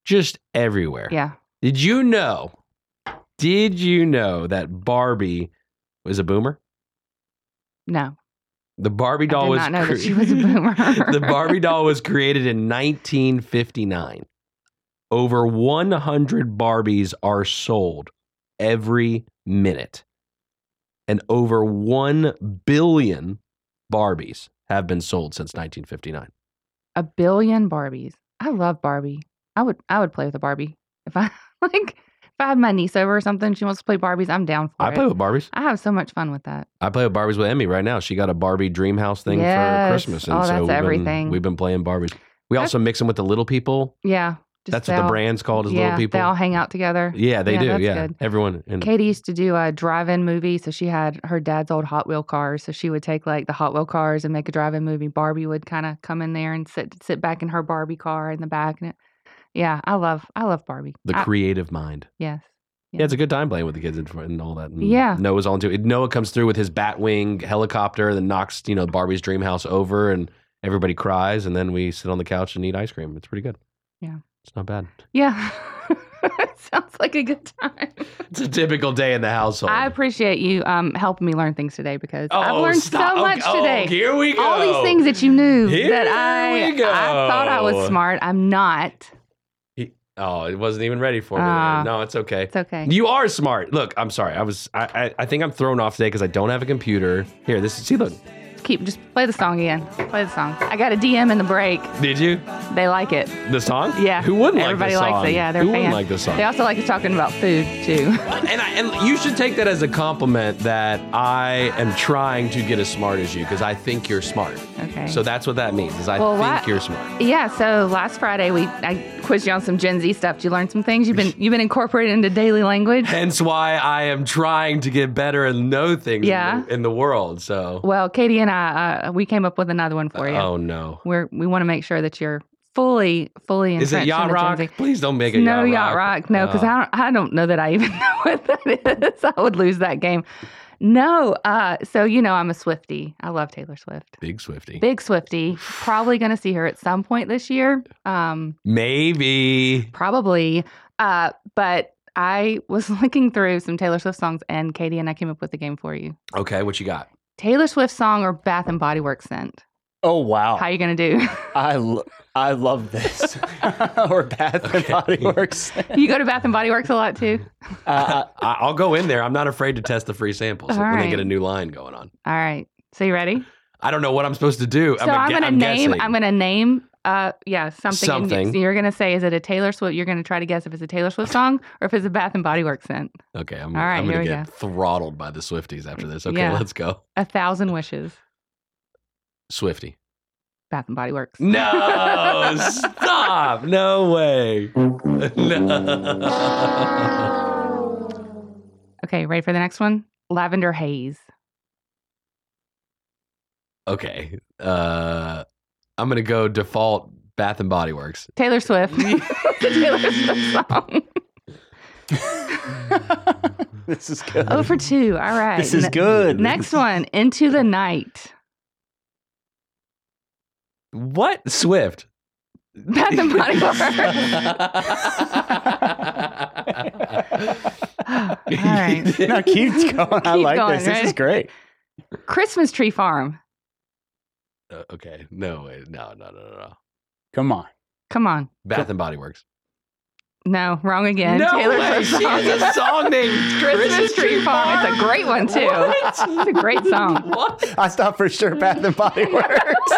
Just everywhere. Yeah. Did you know? Did you know that Barbie was a boomer? No. The Barbie I doll did was not know that cre- she was a boomer. the Barbie doll was created in 1959. Over 100 Barbies are sold every minute. And over 1 billion Barbies have been sold since 1959. A billion Barbies. I love Barbie. I would I would play with a Barbie. If I like if I had my niece over or something, she wants to play Barbies, I'm down for I it. play with Barbies. I have so much fun with that. I play with Barbies with Emmy right now. She got a Barbie dream house thing Yes. for Christmas. Oh, that's we've been- everything. we've been playing Barbies. We That's- also mix them with the little people. Yeah. Just that's they what the all- brand's called is yeah, little people. They all hang out together. yeah, they Yeah, do. that's Yeah. good. Everyone. And Katie used to do a drive-in movie, so she had her dad's old Hot Wheel cars. So she would take like the Hot Wheel cars and make a drive-in movie. Barbie would kind of come in there and sit sit back in her Barbie car in the back. And it, yeah, I love I love Barbie. the I- creative mind. yes, Yeah. it's a good time playing with the kids and, and all that. And Yeah. Noah's all into it. Noah comes through with his Batwing helicopter that knocks, you know, Barbie's dream house over and everybody cries. And then we sit on the couch and eat ice cream. It's pretty good. Yeah. It's not bad. yeah. Sounds like a good time. It's a typical day in the household. I appreciate you um, helping me learn things today because I've Oh, learned stop. so much Oh, today. here we go. All these things that you knew Here that I we go. I thought I was smart. I'm not. Oh, it wasn't even ready for me. Ah. then. no, it's okay. It's okay. You are smart. Look, I'm sorry. I was. I. I, I think I'm thrown off today because I don't have a computer. Here, this is. See, look. Keep just play the song again. Play the song. I got a DM in the break. Did you They like it. the song? Yeah. Who wouldn't Everybody like this likes song? it. Yeah, they're Who fans. wouldn't like this song? They also like us talking about food too. and I, and you should take that as a compliment that I am trying to get as smart as you because I think you're smart. Okay. So that's what that means is I Well, think what- you're smart. yeah. So last Friday we I quizzed you on some Gen Z stuff. Did you learn some things? You've been you've been incorporated into daily language. Hence why I am trying to get better and know things Yeah. in, the, in the world. So. Well, Katie and I uh, we came up with another one for you. Oh no. We're we want to make sure that you're fully fully Is it entrenched yacht into rock? Gen Z. Please don't make it no yacht, yacht rock, no because Oh. I, don't, I don't know that i even know what that is i would lose that game no uh, so you know i'm a swifty i love taylor swift Big Swifty. big swifty probably going to see her at some point this year um, Maybe. probably uh, but i was looking through some taylor swift songs and katie and i came up with a game for you Okay, what you got? taylor swift song or bath and body works scent Oh wow! how you going to do I, lo- I love this. or Bath and Okay. Body Works. Uh, you go to bath and body works a lot too uh, I, I'll go in there. I'm not afraid to test the free samples All when they right. get a new line going on. all right so you ready I don't know what I'm supposed to do. So I'm, gue- gonna name. guessing. I'm gonna name. Uh, yeah, something. and Something. so you're gonna say, is it a Taylor Swift? You're gonna try to guess if it's a Taylor Swift song or if it's a Bath and Body Works scent. Okay, I'm, All right, I'm gonna here we get throttled by the Swifties after this. Okay, Yeah. let's go. A thousand wishes. Swifty. Bath and Body Works. Mm. No, stop. No way. No. Okay, ready for the next one? Lavender Haze. Okay. Uh I'm gonna go default Bath and Body Works. Taylor Swift. It's a Taylor Swift song. this is good. Oh for two. All right. This is Ne- good. Next one, Into the Night. What? Swift. Bath and Body Works. All All right. No, keep going. I Keep like going, this. This right? is great. Christmas Tree Farm. Uh, okay. No way. No, no, no, no, no. Come on. Come on. Bath and Body Works. No, wrong again. no Taylor way. Swift She has a song. song named Christmas Tree Farm. It's a great one too. It's a great song. What? I thought for sure Bath and Body Works.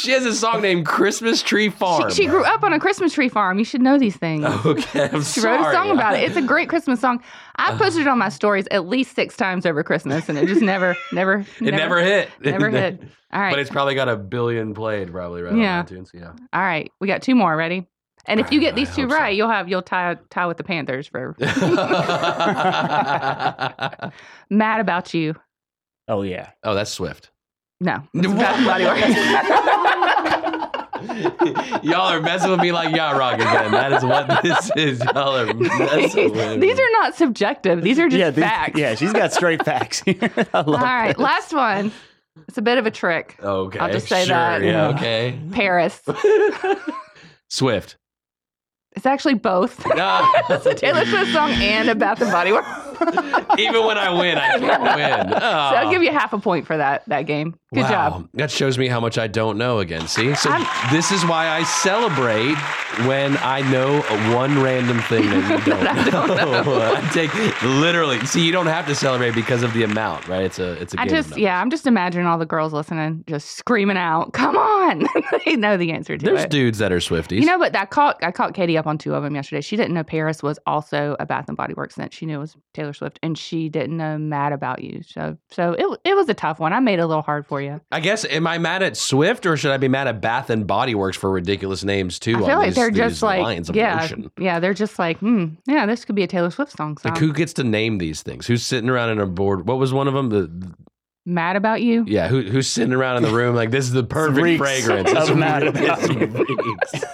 She has a song named Christmas Tree Farm. She grew up on a Christmas tree farm. You should know these things. okay, Oh, I'm She wrote a sorry. song about it. It's a great Christmas song. I posted it on my stories at least six times over Christmas, and it just never, never, It never, hit. never hit. All right, But it's probably got a billion played, probably right Yeah. on iTunes. Yeah. all right. We got two more. Ready? And if you get I these two hope so. right, you'll have you'll tie tie with the Panthers for "Mad About You." Oh yeah. oh, that's Swift. No, What? Body Works. y'all are messing with me like yacht rock again. That is what this is. Y'all are messing with me. these are not subjective. These are just yeah, these- facts. Yeah, she's got straight facts here. I love All right, this. last one. It's a bit of a trick. Okay. I'll just say sure, that. Yeah. Yeah. Okay. Paris. Swift. It's actually both. No. it's a Taylor Swift song and a Bath and Body Works. Even when I win, I can't win. Ah. So I'll give you half a point for that that game. Good job. That shows me how much I don't know again. See? So this is why I celebrate when I know one random thing that you don't, know. I take literally. See, you don't have to celebrate because of the amount, right? It's a it's a I game. just of yeah, I'm just imagining all the girls listening, just screaming out, "Come on!" they know the answer to numbers. There's it. dudes that are Swifties. You know, but I caught I caught Katie up on two of them yesterday. She didn't know Paris was also a Bath and Body Works scent. She knew it was Taylor Swift, and she didn't know Mad About You. So so it it was a tough one. I made it a little hard for you. I guess am I mad at Swift or should I be mad at Bath and Body Works for ridiculous names too? I feel on like these- they're these just like lines of yeah motion? yeah they're just like hmm yeah this could be a Taylor Swift song. So Like who gets to name these things? Who's sitting around in a board? What was one of them? The Mad About You. yeah, who, who's sitting around in the room like this is the perfect reeks fragrance? of This Mad About You. reeks.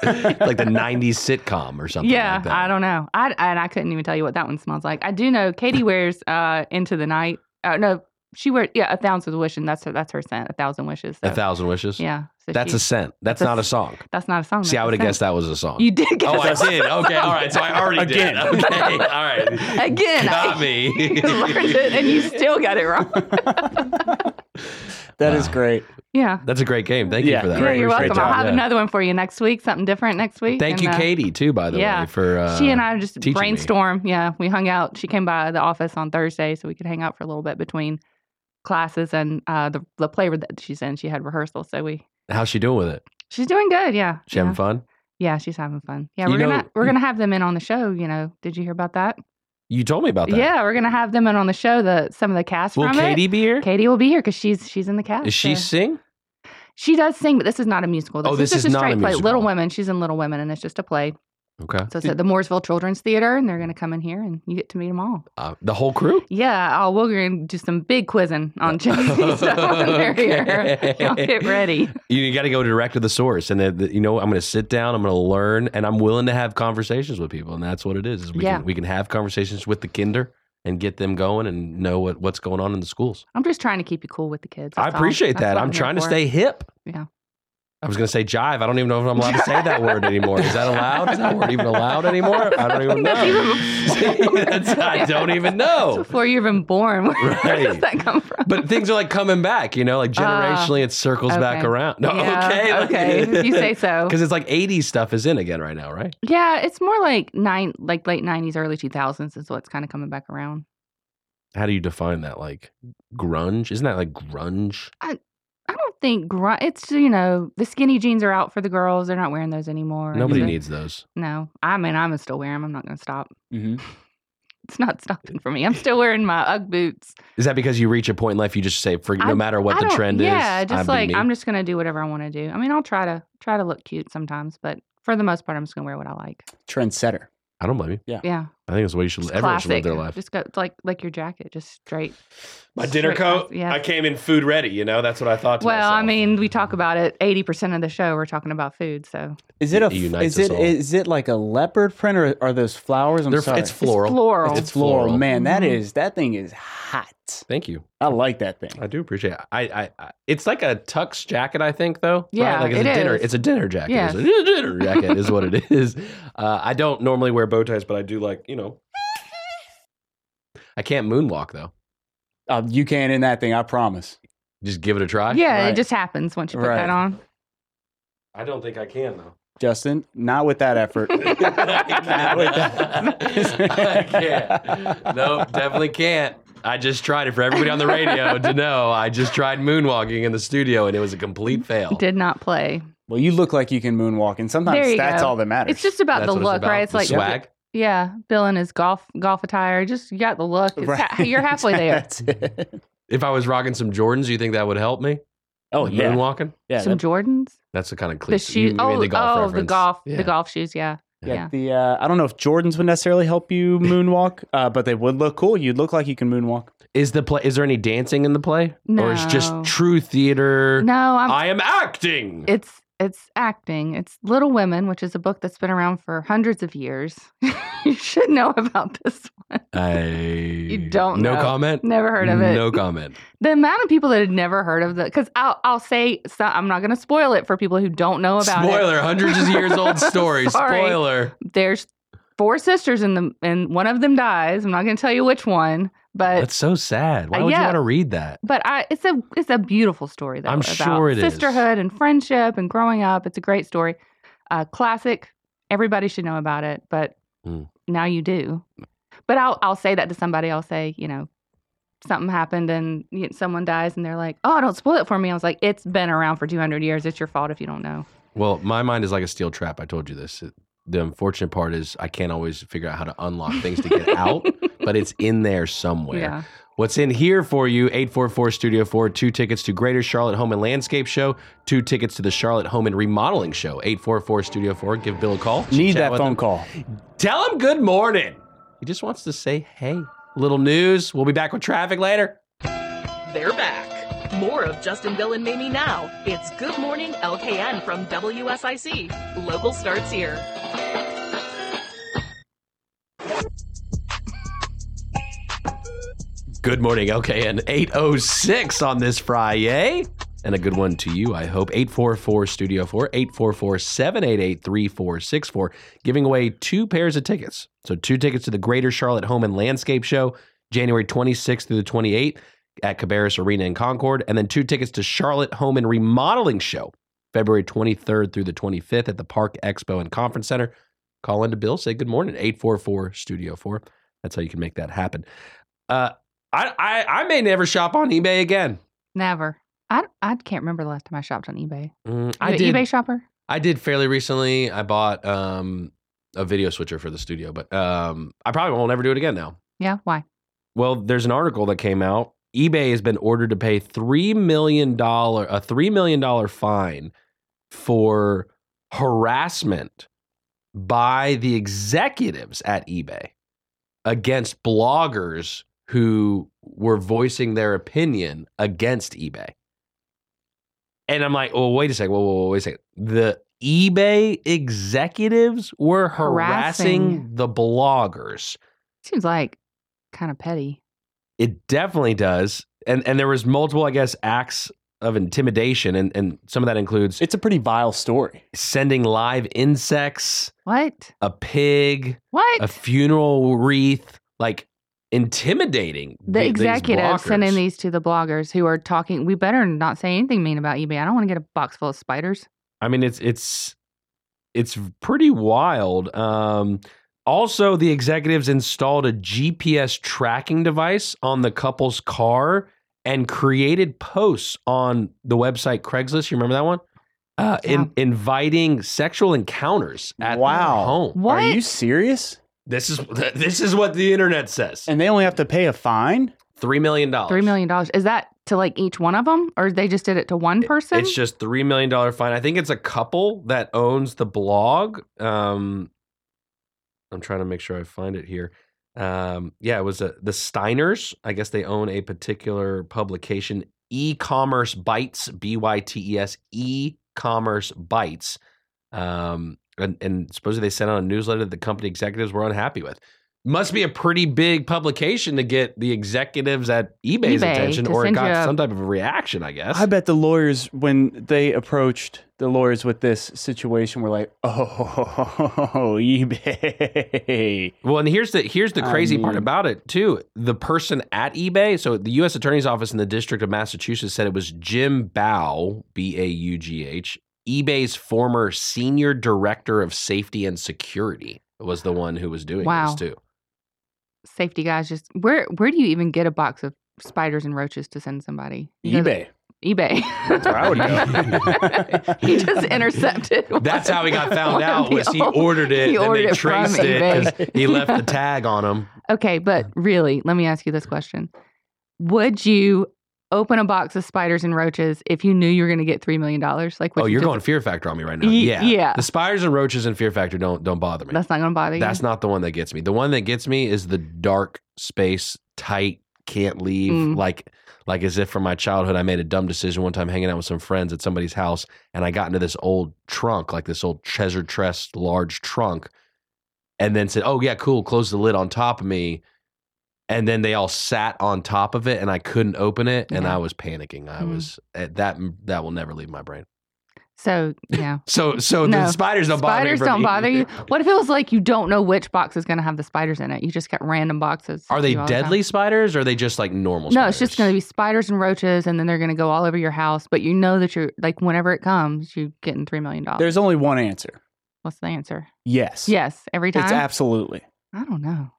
like the '90s sitcom or something. Yeah, like that. I don't know. I and I couldn't even tell you what that one smells like. I do know Katie wears uh Into the Night. Uh, no, she wears yeah, A Thousand Wishes. and That's her that's her scent, A Thousand Wishes. so- A thousand wishes. Yeah. So that's she- a scent. That's, that's a not a s- song. that's not a song. See, I that's would a have guessed scent. that was a song. You did guess. oh, I that. did. Okay, all right. So I already Again. did. Okay, all right. Again, Got I, me. you learned it and you still got it wrong. That is great. Yeah. That's a great game. Thank you Yeah, for that. Yeah, you're Great welcome. I'll job, have yeah. another one for you next week. Something different next week. Thank and, you, uh, Katie, too, by the yeah. way, for uh, she and I just teaching me. brainstorm. Yeah, we hung out. She came by the office on Thursday, so we could hang out for a little bit between classes and uh, the the play that she's in. She had rehearsal, so we. How's she doing with it? She's doing good. Yeah, She yeah. having fun? Yeah, she's having fun. Yeah, You we're gonna know- we're gonna have them in on the show. You know, did you hear about that? You told me about that. Yeah, we're gonna have them in on the show. The some of the cast Will from Katie be here? it. Katie will be here because she's she's in the cast. Is she so- sing? She does sing, but this is not a musical. Oh, this is just a not a straight play. musical. Little Women. She's in Little Women, and it's just a play. Okay. So it's at the Mooresville Children's Theater, and they're gonna come in here, and you get to meet them all. Uh, the whole crew? Yeah, oh, we're gonna do some big quizzing on Jimmy. so when they're here, y'all get ready. You, got to go direct to the source. And, then you know, I'm going to sit down, I'm going to learn, and I'm willing to have conversations with people. And that's what it is. is we, Yeah. can, we can have conversations with the kinder and get them going and know what, what's going on in the schools. I'm just trying to keep you cool with the kids. I that's all. appreciate That's that. what I'm here trying to for. stay hip. Yeah. I was going to say jive. I don't even know if I'm allowed to say that word anymore. Is that allowed? Is that word even allowed anymore? I don't even know. That's That's- I don't even know. Before you're even born, where, where does Right. that come from? Ah, But things are like coming back, you know, like generationally, it circles back okay. around. No, Yeah, okay, okay, if you say so. Because it's like '80s stuff is in again right now, right? Yeah, it's more like nine, like late '90s, early 2000s is what's kind of coming back around. How do you define that? Like grunge? Isn't that like grunge? I don't think gr- it's you know the skinny jeans are out for the girls. They're not wearing those anymore. Nobody So- needs those. No, I mean I'm still wearing them. I'm not going to stop. Mm-hmm. It's not stopping for me. I'm still wearing my UGG boots. Is that because you reach a point in life you just say, for I- no matter what I the don't- trend is, yeah, just I'm be like me. I'm just gonna do whatever I want to do. I mean, I'll try to try to look cute sometimes, but for the most part, I'm just gonna wear what I like. Trendsetter. I don't blame you. Yeah, I think it's the way you should. just Everyone should live classic. their life. Just go it's like like your jacket, just straight. My dinner straight class- coat. yeah. I came in food ready. You know, that's what I thought. To Well, I myself. mean, we talk about it. Eighty percent of the show, we're talking about food. So Is it a It is unites it us all. is it like a leopard print or are those flowers? I'm They're- sorry. it's floral. floral. It's floral. Man, that Mhm. is that thing is hot. Thank you. I like that thing. I do appreciate. It. I, I, I, it's like a tux jacket, I think, though. Yeah, like it's a it dinner. is. It's a dinner jacket. Yes. It's a dinner jacket is what it is. Uh, I don't normally wear bow ties, but I do like you know. I can't moonwalk though. Uh, you can in that thing, I promise. Just give it a try. yeah, Right. it just happens once you put Right. that on. I don't think I can though. Justin, not with that effort. I can't. I can't. Nope, definitely can't. I just tried it for everybody on the radio to know. I just tried moonwalking in the studio and it was a complete fail. Did not play. Well, you look like you can moonwalk, and There sometimes you that's go. all that matters. It's just about That's the what look, about, right? It's the like swag. yeah, Bill in his golf golf attire. Just you got the look. It's Right. ha- you're halfway there. That's it. If I was rocking some Jordans, you think that would help me? Oh yeah, Moonwalking? yeah. Some that- Jordans, That's the kind of the cliche. shoes. Oh, oh, the reference. golf, Yeah. the golf shoes. Yeah, yeah, yeah. The uh, I don't know if Jordans would necessarily help you moonwalk, uh, but they would look cool. You'd look like you can moonwalk. Is the play? Is there any dancing in the play, or is just No. true theater? No, I'm. I am acting. it's it's acting. It's Little Women, which is a book that's been around for hundreds of years. you should know about this. I don't No know. comment. Never heard of it. No comment. The amount of people that had never heard of the because I'll I'll say so, I'm not going to spoil it for people who don't know about it. Spoiler. Hundreds of years old story. Sorry. Spoiler. There's four sisters in the and one of them dies. I'm not going to tell you which one, but That's so sad. Why would you yeah. want to read that? but I it's a it's a beautiful story though. I'm about sure it is. sisterhood and friendship and growing up. It's a great story, uh, classic. Everybody should know about it, but Mm. now you do. But I'll I'll say that to somebody. I'll say you know something happened and you know, someone dies and they're like, oh, don't spoil it for me. I was like, it's been around for 200 years. It's your fault if you don't know. Well, my mind is like a steel trap. I told you this. The unfortunate part is I can't always figure out how to unlock things to get out, but it's in there somewhere. Yeah. What's in here for you? 844 Studio 4, two tickets to Greater Charlotte Home and Landscape Show, two tickets to the Charlotte Home and Remodeling Show. 844 Studio 4, give Bill a call. Need Chat that with phone him. call. Tell him good morning. He just wants to say, hey, little news. We'll be back with traffic later. They're back. More of Justin, Bill, and Mamie now. It's Good Morning LKN from WSIC. Local starts here. Good morning, LKN 806 on this Friday. And a good one to you, I hope. 844 Studio 4, 844 788 3464. Giving away two pairs of tickets. So, two tickets to the Greater Charlotte Home and Landscape Show, January 26th through the 28th at Cabarrus Arena in Concord. And then two tickets to Charlotte Home and Remodeling Show, February 23rd through the 25th at the Park Expo and Conference Center. Call into Bill, say good morning, 844 Studio 4. That's how you can make that happen. Uh, I, I I may never shop on eBay again. Never. I, I can't remember the last time I shopped on eBay. Mm, You I an did. eBay shopper? I did fairly recently. I bought um a video switcher for the studio, but um I probably won't ever do it again now. Yeah. Why? Well, there's an article that came out. eBay has been ordered to pay three million dollar a three million dollar fine for harassment by the executives at eBay against bloggers who were voicing their opinion against eBay. And I'm like, well, wait a second. Whoa, whoa, whoa, wait a second. The eBay executives were harassing Harassing. the bloggers. Seems like kind of petty. It definitely does. And and there was multiple, I guess, acts of intimidation, and, and some of that includes It's a pretty vile story. sending live insects, What? a pig, What? a funeral wreath, like intimidating the th- these executives blockers. sending these to the bloggers who are talking. We better not say anything mean about eBay. I don't want to get a box full of spiders. I mean, it's it's it's pretty wild. Um, also, the executives installed a GPS tracking device on the couple's car and created posts on the website Craigslist. You remember that one? Uh, in, inviting sexual encounters at Wow. their home. What? Are you serious? This is this is what the internet says. And they only have to pay a fine. Three million dollars. Three million dollars. Is that to like each one of them, or they just did it to one person? It's just three million dollar fine. I think it's a couple that owns the blog. Um, I'm trying to make sure I find it here. Um, yeah, it was a, the Steiners. I guess they own a particular publication, e-commerce bites, b y t e s, e-commerce bites. Um, and, and supposedly they sent out a newsletter that the company executives were unhappy with. Must be a pretty big publication to get the executives at eBay's eBay attention, to or it send you got a- some type of a reaction. I guess. I bet the lawyers, when they approached the lawyers with this situation, were like, "Oh, eBay." Well, and here's the here's the I crazy part mean- about it too. The person at eBay, so the U.S. Attorney's Office in the District of Massachusetts said it was Jim Bao, B A U G H, eBay's former senior director of safety and security was the one who was doing Wow. this too. safety guys just where where do you even get a box of spiders and roaches to send somebody? You know, eBay. eBay. That's where I would go. he just intercepted. That's one- how he got found one of out the was he old- ordered it he and ordered they it from traced it because eBay. he left Yeah. the tag on him. Okay, but really, let me ask you this question: Would you open a box of spiders and roaches if you knew you were going to get three million dollars? Like, would oh, you you're just- going Fear Factor on me right now. Y- yeah. yeah. The spiders and roaches and Fear Factor don't don't bother me. That's not going to bother you. That's not the one that gets me. The one that gets me is the dark space, tight, can't leave. Mm. Like, like as if from my childhood, I made a dumb decision one time hanging out with some friends at somebody's house, and I got into this old trunk, like this old treasure chest, large trunk, and then said, "Oh yeah, cool." Close the lid on top of me, and then they all sat on top of it, and I couldn't open it, and Yeah. I was panicking. I Mm. was eh, that that will never leave my brain. So yeah, So, so No. the spiders don't bother me. spiders from don't eating. bother you. What if it was like you don't know which box is going to have the spiders in it? You just got random boxes. Are they You all the time. deadly spiders or are they just like normal No, spiders? it's just going to be spiders and roaches, and then they're going to go all over your house. But you know that you're like, whenever it comes, you're getting three million dollars. There's only one answer. What's the answer? Yes. Yes, every time. It's absolutely. I don't know.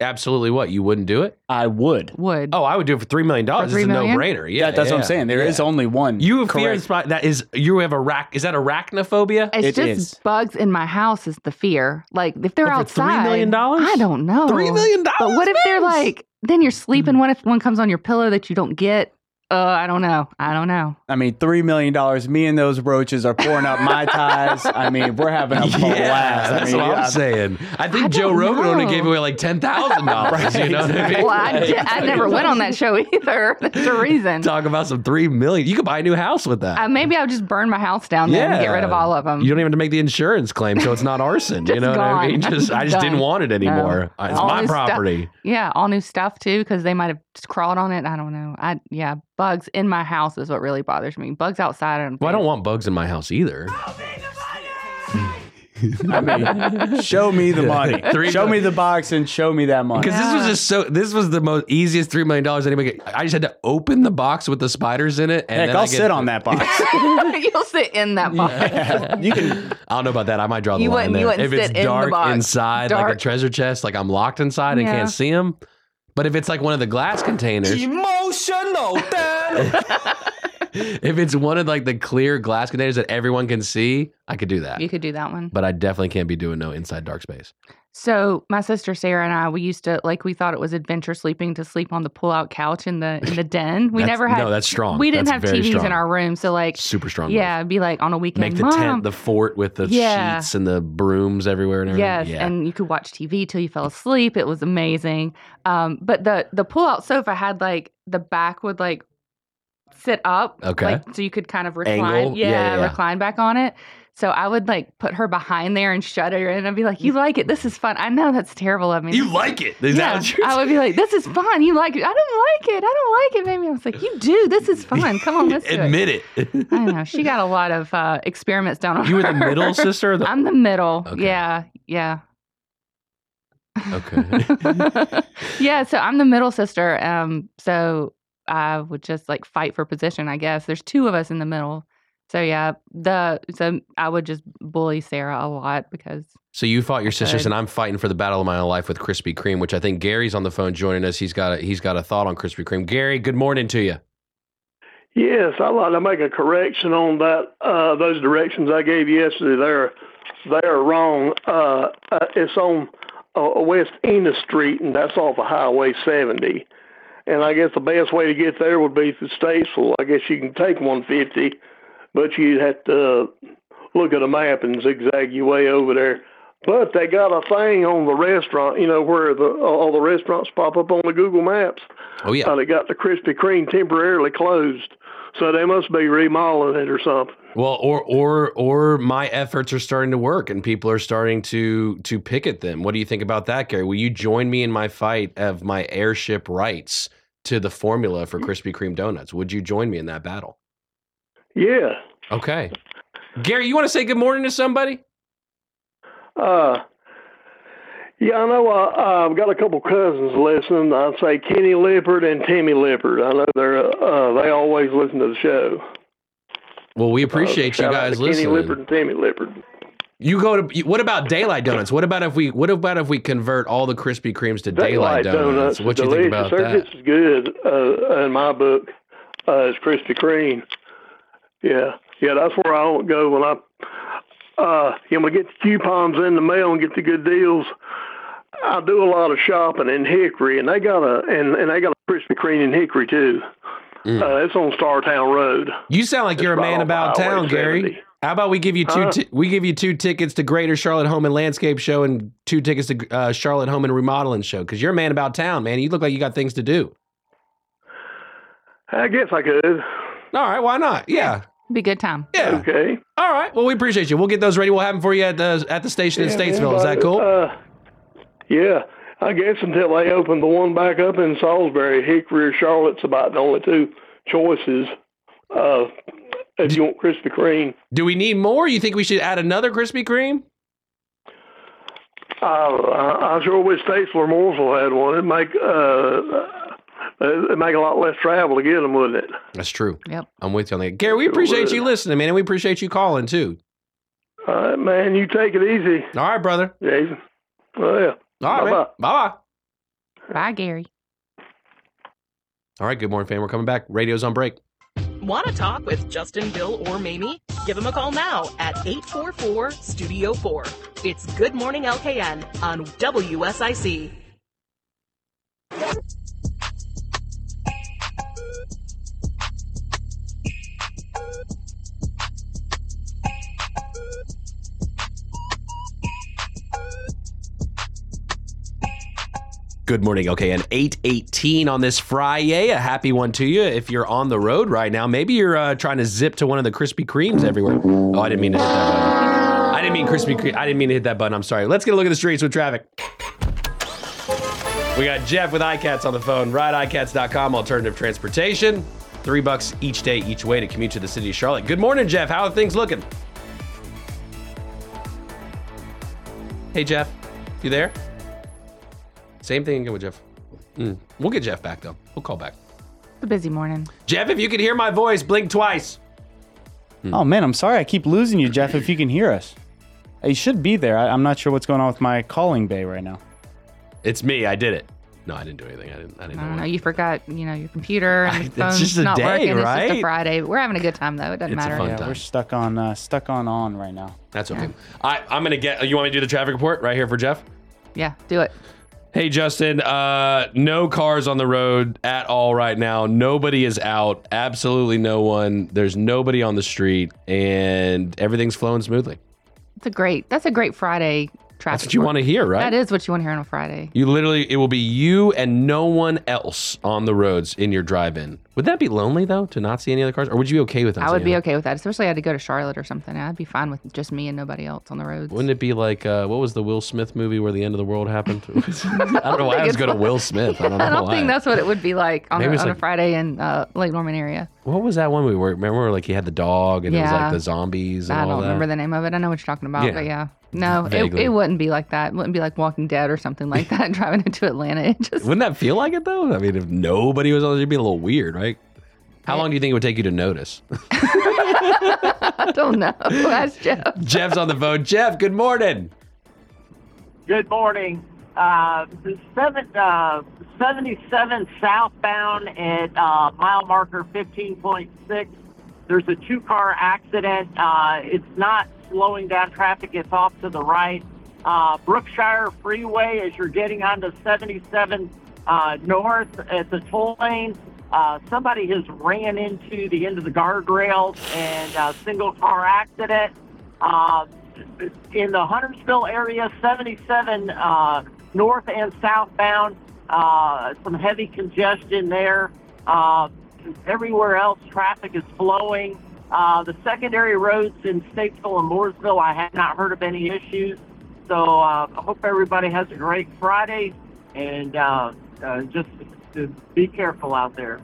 Absolutely what? You wouldn't do it? I would. Would Oh, I would do it for $3 million. For It's $3 a no million? brainer. Yeah. Yeah, that's what I'm yeah. saying. There is Yeah. only one. You have fear correct. of spi- that is you have a rack is that arachnophobia? it's It just is. bugs in my house is the fear. Like if they're But Oh, for outside, $3 million? I don't know. Three million dollars. Mm. But what if they're man? like? Then you're sleeping. What if one comes on your pillow that you don't get? Uh, I don't know. I don't know. I mean, three million dollars. Me and those roaches are pouring up my ties. I mean, we're having a Yeah, blast. I that's mean, what I'm yeah. saying. I think I Joe don't Rogan only know. gave away like ten thousand dollars. You know what I mean? Well, I, Like, di- I never went on that show either. There's a reason. Talk about some three million. You could buy a new house with that. Uh, maybe I would just burn my house down there and get rid of Yeah. all of them. you don't even have to make the insurance claim, so it's not arson. you Just know what I gone. mean? Just I just Done. didn't want it anymore. Uh, No. It's All my this stuff- property. Yeah, all new stuff too, because they might have just crawled on it. I don't know. I yeah, bugs in my house is what really bothers me. Bugs outside. I don't. Well, I don't think- want bugs in my house either. Oh, I mean, show me the money. Three show mil- me the box and show me that money. Because this was Yeah. just so. This was the most easiest three million dollars anybody. Could, I just had to open the box with the spiders in it, and Heck, then I I'll get- sit on that box. You'll sit in that box. you can. I don't know about that. I might draw the You line wouldn't- there. you wouldn't if it's sit in the dark box. inside, like a Dark. treasure chest, like I'm locked inside and Yeah. can't see them. But if it's like one of the glass containers, Emotional damage. if it's one of like the clear glass containers that everyone can see, I could do that. You could do that one. But I definitely can't be doing no inside dark space. So my sister Sarah and I, we used to like we thought it was adventure sleeping to sleep on the pull-out couch in the in the den. We That's- never had. No, that's strong. we didn't That's have very TVs strong. in our room, so like super strong. move. yeah, it'd be like on a weekend. Make the Mom, tent, the fort with the Yeah. sheets and the brooms everywhere and everything. Yes, yeah. and you could watch TV till you fell asleep. It was amazing. Um, but the the pull out sofa had like the back would like sit up, Okay. like, so you could kind of recline, Angle? Yeah, yeah, yeah. recline back on it. So I would like put her behind there and shut her in. I'd be like, "You like it? This is fun." I know that's terrible of me. you like it? Is yeah, that what you're I would be like, "This is fun. You like it? I don't like it. I don't like it, baby." I was like, "You do. This is fun. Come on, let's do it." Admit it. I know she got a lot of uh, experiments down on You were the her. middle sister? Or the- I'm the middle. Okay. Yeah, yeah. Okay. yeah, so I'm the middle sister. Um, so I would just like fight for position, I guess. There's two of us in the middle. So yeah, the so I would just bully Sarah a lot because so you fought your sisters, could. and I'm fighting for the battle of my life with Krispy Kreme, which I think Gary's on the phone joining us. He's got a, he's got a thought on Krispy Kreme. Gary, good morning to you. Yes, I'd like to make a correction on that. Uh, those directions I gave yesterday, they're they're wrong. Uh, uh, it's on uh, West Ennis Street, and that's off of Highway 70. And I guess the best way to get there would be through Statesville. I guess you can take 150, but you'd have to look at a map and zigzag your way over there. But they got a thing on the restaurant, you know, where the uh, all the restaurants pop up on the Google Maps. Oh yeah, Uh, they got the Krispy Kreme temporarily closed, so they must be remodeling it or something. Well, or or or my efforts are starting to work, and people are starting to to picket them. What do you think about that, Gary? Will you join me in my fight of my airship rights to the formula for Krispy Kreme donuts? Would you join me in that battle? Yeah. Okay, Gary, you want to say good morning to somebody? Uh, yeah, I know. Uh, I've got a couple cousins listening. I'd say Kenny Lippard and Timmy Lippard. I know they're uh, they always listen to the show. Well, we appreciate Uh, you shout out guys to Kenny listening. Lippard and Timmy Lippard. You go to you- what about daylight donuts? What about if we what about if we convert all the Krispy Kremes to daylight, donuts? What you think about They're that? just as good uh, in my book uh, as Krispy Kreme. Yeah, yeah, that's where I don't go when I. Uh, you know, when I get the coupons in the mail and get the good deals. I do a lot of shopping in Hickory, and they got a and, and they got a Krispy Kreme in Hickory too. Uh, it's on Startown Road. Mm. You sound like you're a about man off about Highway town, Gary. 70. How about we give you two? Huh? Ti- we give you two tickets to Greater Charlotte Home and Landscape Show and two tickets to uh, Charlotte Home and Remodeling Show because you're a man about town, man. You look like you got things to do. I guess I could. All right, why not? Yeah, Be a good time. yeah. Okay. All right. Well, we appreciate you. We'll get those ready. We'll have them for you at the at the station in Statesville. Is that cool? Uh, yeah, I guess until they open the one back up in Salisbury, Hickory or Charlotte's about the only two choices. Uh, if you want Krispy Kreme, Do we need more? You think we should add another Krispy Kreme? I, Uh, I, I sure wish Statesville or Mooresville had one. It'd make uh, it'd make a lot less travel to get them, wouldn't it? That's true. Yep. I'm with you on that. Gary, we appreciate you listening, man, and we appreciate you calling too. All right, man, you take it easy, All right, brother. Jason. Well, yeah. All right, bye Bye-bye. bye. Bye, Gary. All right, good morning, fam. We're coming back. Radio's on break. Want to talk with Justin, Bill, or Mamie? Give them a call now at 844 Studio 4. It's Good Morning LKN on WSIC. Good morning. Okay, and 818 on this Friday. A happy one to you if you're on the road right now. Maybe you're uh, trying to zip to one of the Krispy Kremes everywhere. Oh, I didn't mean to hit that button. I didn't mean Krispy Kreme. I didn't mean to hit that button. I'm sorry. Let's get a look at the streets with traffic. We got Jeff with iCats on the phone. RideICats.com, alternative transportation. Three bucks each day, each way to commute to the city of Charlotte. Good morning, Jeff. How are things looking? Hey, Jeff. You there? Same thing again with Jeff. Mm. We'll get Jeff back though. We'll call back. It's a busy morning. Jeff, if you could hear my voice, blink twice. Oh man, I'm sorry. I keep losing you, Jeff. If you can hear us, you should be there. I, I'm not sure what's going on with my calling bay right now. It's me. I did it. No, I didn't do anything. I didn't. I didn't I don't know. know. what- You forgot, you know, your computer and your It's phone's just a not day, working. It's just right? a Friday. We're having a good time though. It doesn't It's a matter. fun- Yeah, time. we're stuck on uh, stuck on on right now. That's okay. I, I'm gonna get. You want me to do the traffic report right here for Jeff? Yeah, do it. Hey Justin, uh, no cars on the road at all right now. Nobody is out. Absolutely no one. There's nobody on the street, and everything's flowing smoothly. It's a great. That's a great Friday traffic. That's what you want to hear, right? That is what you want to hear on a Friday. You literally, it will be you and no one else on the roads in your drive-in. Would that be lonely though, to not see any other cars, or would you be okay with that? I would be okay with that, especially if I had to go to Charlotte or something. I'd be fine with just me and nobody else on the roads. Wouldn't it be like uh, what was the Will Smith movie where the end of the world happened? I don't know why I was it's going to like- Will Smith. I don't know I don't why. think that's what it would be like on, a, Maybe it's on like- a Friday in uh, Lake Norman area. what was that one we were? Remember, where, like he had the dog and it was Yeah. like the zombies and I all don't that. remember the name of it. I know what you're talking about, Yeah. but yeah. No, it, Vaguely. it wouldn't be like that. It wouldn't be like Walking Dead or something like that, driving into Atlanta. It just Wouldn't that feel like it though? I mean, if nobody was on, it'd be a little weird, right? How Yeah. long do you think it would take you to notice? I Oh, don't know. That's Jeff. Jeff's on the phone. Jeff, good morning. Good morning. Uh, the seven, uh, 77 southbound at uh, mile marker 15.6. There's a two car accident. Uh, it's not slowing down traffic, it's off to the right. Uh, Brookshire Freeway, as you're getting onto 77 uh, north at the toll lane, uh, somebody has ran into the end of the guardrails and uh, single car accident. Uh, in the Huntersville area, 77 uh, north and southbound, uh, some heavy congestion there. Uh, everywhere else, traffic is flowing. Uh, the secondary roads in Statesville and Mooresville, I have not heard of any issues. So uh, I hope everybody has a great Friday and uh, uh, just uh, be careful out there.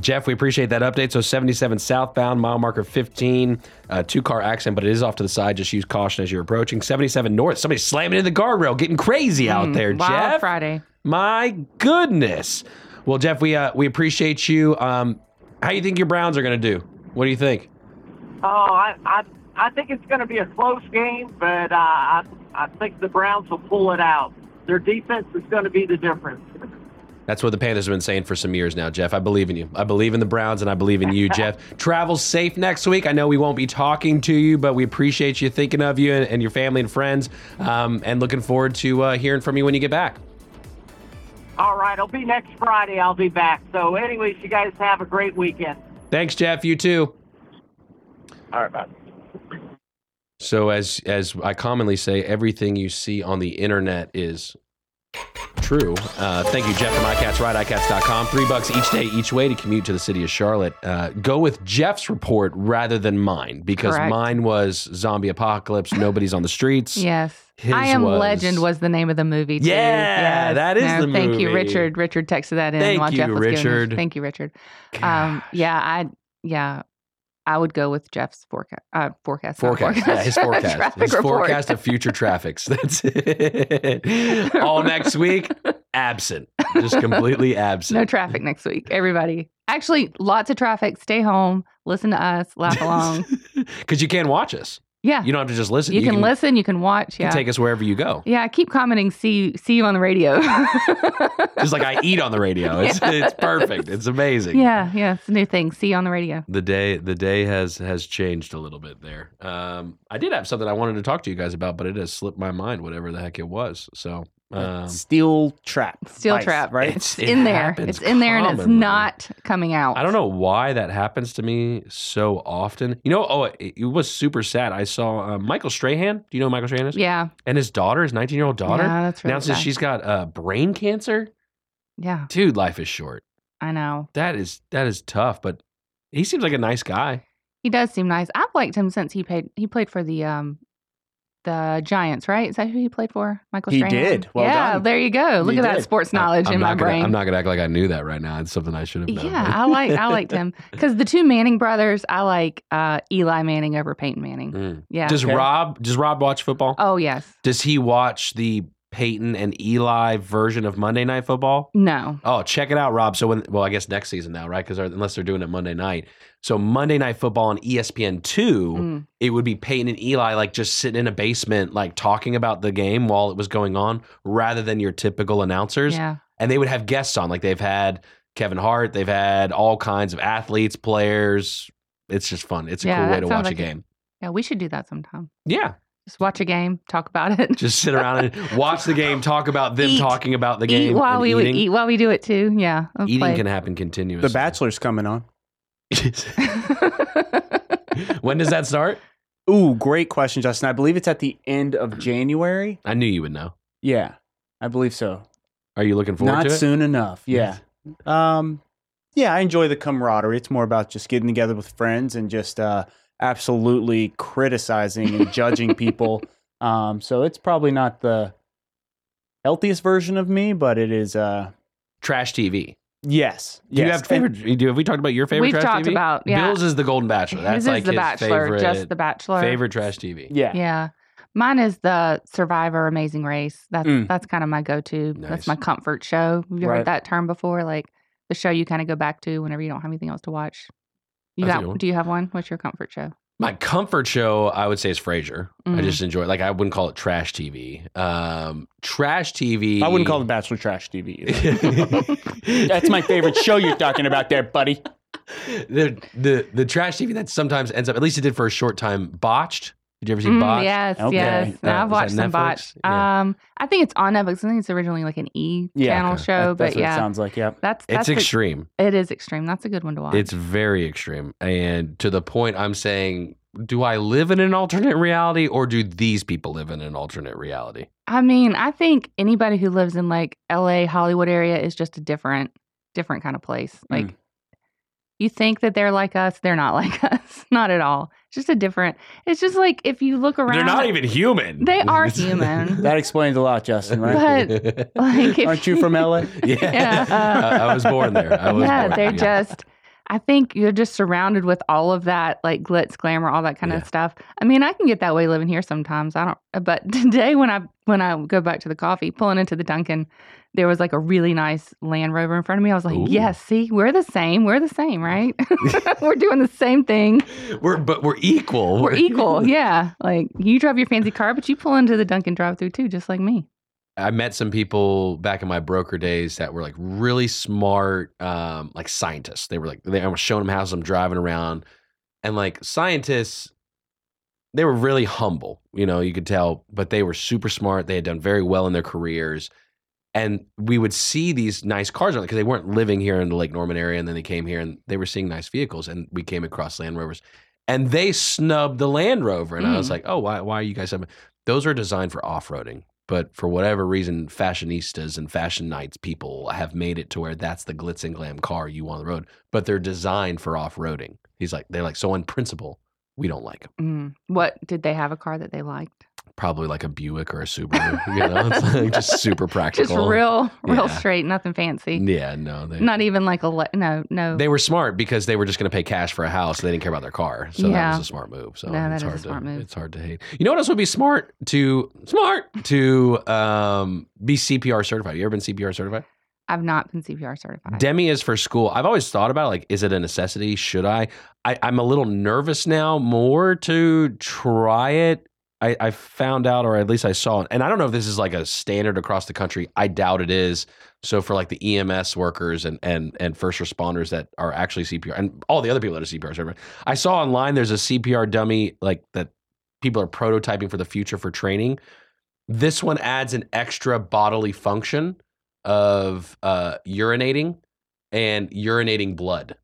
Jeff, we appreciate that update. So 77 southbound, mile marker 15, uh, two car accident, but it is off to the side. Just use caution as you're approaching. 77 north, somebody slamming into the guardrail, getting crazy out there, Wild Jeff. Friday. My goodness. Well, Jeff, we uh, we appreciate you. Um, how do you think your Browns are going to do? What do you think? Oh, I, I I think it's going to be a close game, but uh, I, I think the Browns will pull it out. Their defense is going to be the difference. That's what the Panthers have been saying for some years now, Jeff. I believe in you. I believe in the Browns and I believe in you, Jeff. Travel safe next week. I know we won't be talking to you, but we appreciate you thinking of you and, and your family and friends um, and looking forward to uh, hearing from you when you get back. All right, it'll be next Friday. I'll be back. So, anyways, you guys have a great weekend. Thanks, Jeff. You too. All right, bye. So, as, as I commonly say, everything you see on the internet is true. Uh, thank you, Jeff from iCats, rideicats.com. Three bucks each day, each way to commute to the city of Charlotte. Uh, go with Jeff's report rather than mine because Correct. mine was zombie apocalypse. Nobody's on the streets. Yes. His I Am was- Legend was the name of the movie. Too. Yeah, Yes. that is the thank movie. you, Richard. Richard texted that in Thank while Jeff you, was giving his- Richard. Thank you, Richard. Um, yeah, I yeah, I would go with Jeff's forecast. Uh, forecast. not Forecast. Yeah, his forecast. Traffic his report. forecast of future traffics. That's it. All next week, absent. Just completely absent. No traffic next week, everybody. Actually, lots of traffic. Stay home. Listen to us. Laugh along. Because you can watch us. Yeah, You don't have to just listen. you, can, listen. You can watch. you Yeah, can take us wherever you go. yeah. Keep commenting. See, see you on the radio. Just like I eat on the radio. It's, Yes. it's perfect. It's amazing. yeah, yeah. It's a new thing. See you on the radio. the day the day has has changed a little bit there. Um, I did have something I wanted to talk to you guys about, but it has slipped my mind. Whatever the heck it was. So um, Steel trap. Steel Vice, trap. Right? it's It's in there. happens It's in there, and it's commonly. not coming out. I don't know why that happens to me so often. You know, oh, it, it was super sad. I saw uh, Michael Strahan. Do you know who Michael Strahan is? Yeah, And his daughter, his 19 year old daughter, Yeah, that's really announces sad. she's got uh, brain cancer. yeah. Dude, life is short. I know. That is that is tough. But he seems like a nice guy. He does seem nice. I've liked him since he played. He played for the um, the Giants, right? Is that who he played for? Michael. He Strahan? did. Well yeah, done. there you go. Look He at that did. sports knowledge I'm in not my gonna, brain. I'm not gonna act like I knew that right now. It's something I should have known. yeah, I like I liked him because the two Manning brothers. I like uh, Eli Manning over Peyton Manning. Mm. Yeah. Does Okay. Rob does Rob watch football? oh yes. Does he watch the Peyton and Eli version of Monday Night Football? No. Oh, check it out, Rob. So when well, I guess next season now, right? Because unless they're doing it Monday night. So Monday Night Football on E ESPN two, Mm. it would be Peyton and Eli like just sitting in a basement, like talking about the game while it was going on, rather than your typical announcers. Yeah. And they would have guests on, like they've had Kevin Hart, they've had all kinds of athletes, players. It's just fun. It's a Yeah, cool way that to sounds watch like a a- game. Yeah. We should do that sometime. Yeah. Just watch a game, talk about it. Just sit around and watch the game, talk about them Eat. talking about the game. eat while and we eating. would eat while we do it too. Yeah. I'll Eating play. can happen continuously. The Bachelor's coming on. when does that start? Ooh, great question, Justin. I believe it's at the end of January. I knew you would know. Yeah, I believe so. Are you looking forward Not to it? soon enough. Yeah. Um, yeah, I enjoy the camaraderie. It's more about just getting together with friends and just uh, absolutely criticizing and judging people. Um, so it's probably not the healthiest version of me, but it is. Uh, Trash TV. yes. Do you yes. have favorite? Do have we talked about your favorite? We've trash talked TV? about- yeah. Bill's is the Golden Bachelor. That's His like is the his Bachelor, favorite, just the Bachelor. favorite trash TV. yeah. Yeah. Mine is the Survivor Amazing Race. That's Mm. that's kind of my go to. Nice. That's my comfort show. Have you Right. heard that term before? Like the show you kind of go back to whenever you don't have anything else to watch. You That's a got good one. do you have one? What's your comfort show? My comfort show, I would say, is Frasier. I Mhm. just enjoy. it. Like I wouldn't call it trash TV. Um, trash TV. I wouldn't call The Bachelor trash TV. either. it. That's my favorite show you're talking about there, buddy. the the the trash TV that sometimes ends up at least it did for a short time. Botched. Did you ever see Mm, Botched? yes, Okay. yes. Uh, is I've that watched some Netflix? botch. Yeah. Um I think it's on Netflix. I think it's originally like an E Yeah, channel okay. show, That- that's but what it yeah. sounds like. Yeah. That's It's that's a- extreme. it is extreme. That's a good one to watch. It's very extreme. And to the point I'm saying, do I live in an alternate reality or do these people live in an alternate reality? I mean, I think anybody who lives in like LA, Hollywood area is just a different, different kind of place. Hmm. Like, you think that they're like us, they're not like us. Not at all. It's just a different, it's just like if you look around. They're not even human. They are human. That explains a lot, Justin, right? But, like, if- Aren't you from LA? yeah. Yeah. Uh, I, I was born there. I was yeah, born they're there. just, I I think you're just surrounded with all of that, like glitz, glamour, all that kind Yeah. of stuff. I mean, I can get that way living here sometimes. I don't, but today when I when I go back to the coffee, pulling into the Duncan, there was like a really nice Land Rover in front of me. I was like, Ooh. yes, see, we're the same. We're the same, right? we're doing the same thing. We're but we're equal. We're equal. Yeah. Like you drive your fancy car, but you pull into the Duncan drive through too, just like me. I met some people back in my broker days that were like really smart, um, like scientists. They were like, they, I was showing them how I'm driving around, and like scientists, they were really humble. You know, you could tell, but they were super smart. They had done very well in their careers, and we would see these nice cars because they weren't living here in the Lake Norman area, and then they came here and they were seeing nice vehicles, and we came across Land Rovers, and they snubbed the Land Rover, and I was Mm. like, oh, why, why are you guys? Snubbing? Those are designed for off roading but for whatever reason, fashionistas and fashion nights people have made it to where that's the glitz and glam car you want on the road, but they're designed for off roading. He's like, they're like, so in principle, we don't like them. Mm. What did they have a car that they liked? Probably like a Buick or a Subaru, you know, it's like just super Just practical. real, real Yeah. straight, nothing fancy. Yeah, no, they, Not even like a le- no, no. they were smart because they were just going to pay cash for a house. They didn't care about their car, so that Yeah. was a smart move. So No, that it's is a hard smart to, move. It's hard to hate. You know what else would be smart to smart to um, be CPR certified? You ever been CPR certified? I've not been CPR certified. Demi is for school. I've always thought about like, is it a necessity? Should I? I I'm a little nervous now, more to try it. I, I found out, or at least I saw it, and I don't know if this is like a standard across the country. I doubt it is. So for like the EMS workers and and and first responders that are actually CPR and all the other people that are CPR certified, I saw online there's a CPR dummy like that people are prototyping for the future for training. This one adds an extra bodily function of uh, urinating and urinating blood.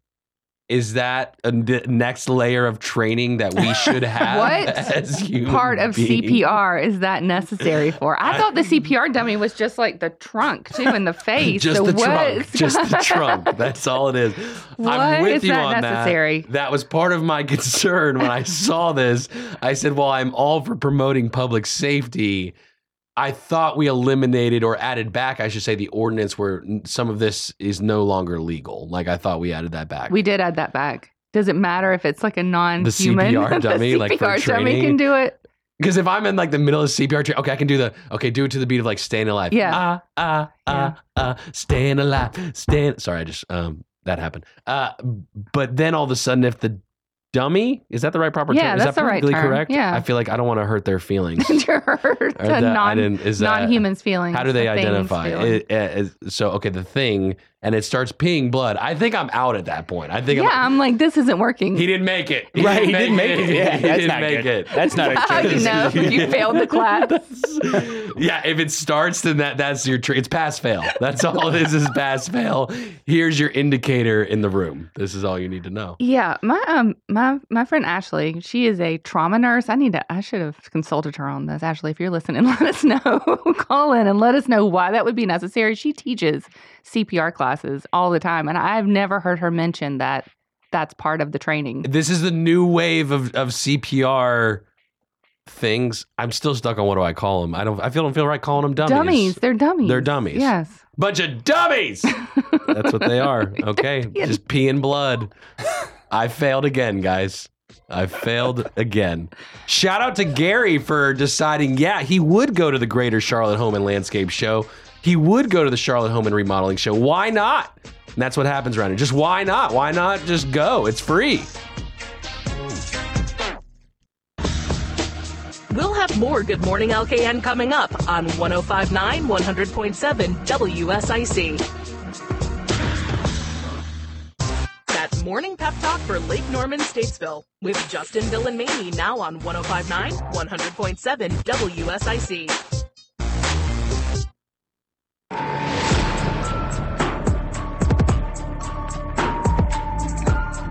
Is that a n- next layer of training that we should have? What as human Part of beings? CPR is that necessary for? I, I- thought the CPR dummy was just like the trunk too in the face. Just so the what trunk. is- Just the trunk. That's all it is. I'm What with is you that on necessary? that. That was part of my concern when I saw this. I said, well, I'm all for promoting public safety. I thought we eliminated or added back, I should say, the ordinance where n- some of this is no longer legal. Like I thought we added that back. we did add that back. Does it matter if it's like a non-human? CPR dummy, the like, for CPR dummy training? can do it. Because if I'm in like the middle of CPR, tra- okay, I can do the okay, do it to the beat of like "Staying Alive." Yeah. ah, ah, Yeah. ah, ah, staying alive, staying. Sorry, I just um that happened. Uh, but then all of a sudden, if the dummy is that the right proper Yeah, term? Is that's that the right politically term. correct? Yeah. I feel like I don't want to hurt their feelings. to Or that- I non didn't- is that- non-humans feelings. How do they the thing's identify? feelings. It- it- it- so okay, the thing, and it starts peeing blood. I think I'm out at that point. I think yeah, I'm. I'm like this isn't working. He didn't make it. Right, he didn't make it. Yeah, he that's didn't not make good. it. That's not That's how a you good. know you failed the class. yeah, if it starts, then that that's your tr- it's pass fail. That's all it is is pass fail. Here's your indicator in the room. This is all you need to know. Yeah, my um my my friend Ashley, she is a trauma nurse. I need to I should have consulted her on this. Ashley, if you're listening, let us know. Call in and let us know why that would be necessary. She teaches CPR classes all the time and I've never heard her mention that that's part of the training. This is the new wave of of CPR things. I'm still stuck on what do I call them? I don't. I feel don't feel right calling them dummies. they're dummies. They're dummies. Yes. Bunch of dummies. That's what they are. Okay, just peeing blood. I failed again, guys. I failed again. Shout out to Gary for deciding, yeah, he would go to the Greater Charlotte Home and Landscape Show. He would go to the Charlotte Home and Remodeling Show. Why not? And that's what happens around here. Just why not? Why not just go? It's free. We'll have more Good Morning LKN coming up on 1059 100.7 WSIC. That morning pep talk for Lake Norman Statesville with Justin Dylan Mamie now on 1059 100.7 WSIC.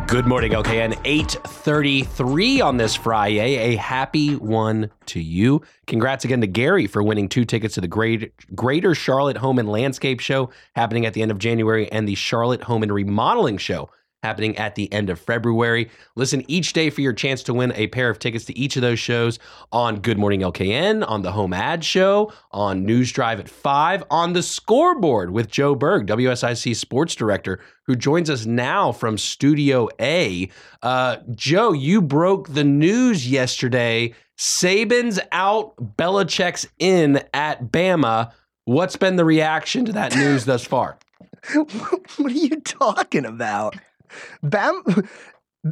Good morning, OKN. 8.33 on this Friday. A happy one to you. Congrats again to Gary for winning two tickets to the Great, Greater Charlotte Home and Landscape Show happening at the end of January and the Charlotte Home and Remodeling Show happening at the end of February. Listen each day for your chance to win a pair of tickets to each of those shows on Good Morning LKN, on the Home Ad Show, on News Drive at 5, on the scoreboard with Joe Berg, WSIC sports director, who joins us now from Studio A. Uh, Joe, you broke the news yesterday. Saban's out, Belichick's in at Bama. What's been the reaction to that news thus far? what are you talking about? Bam-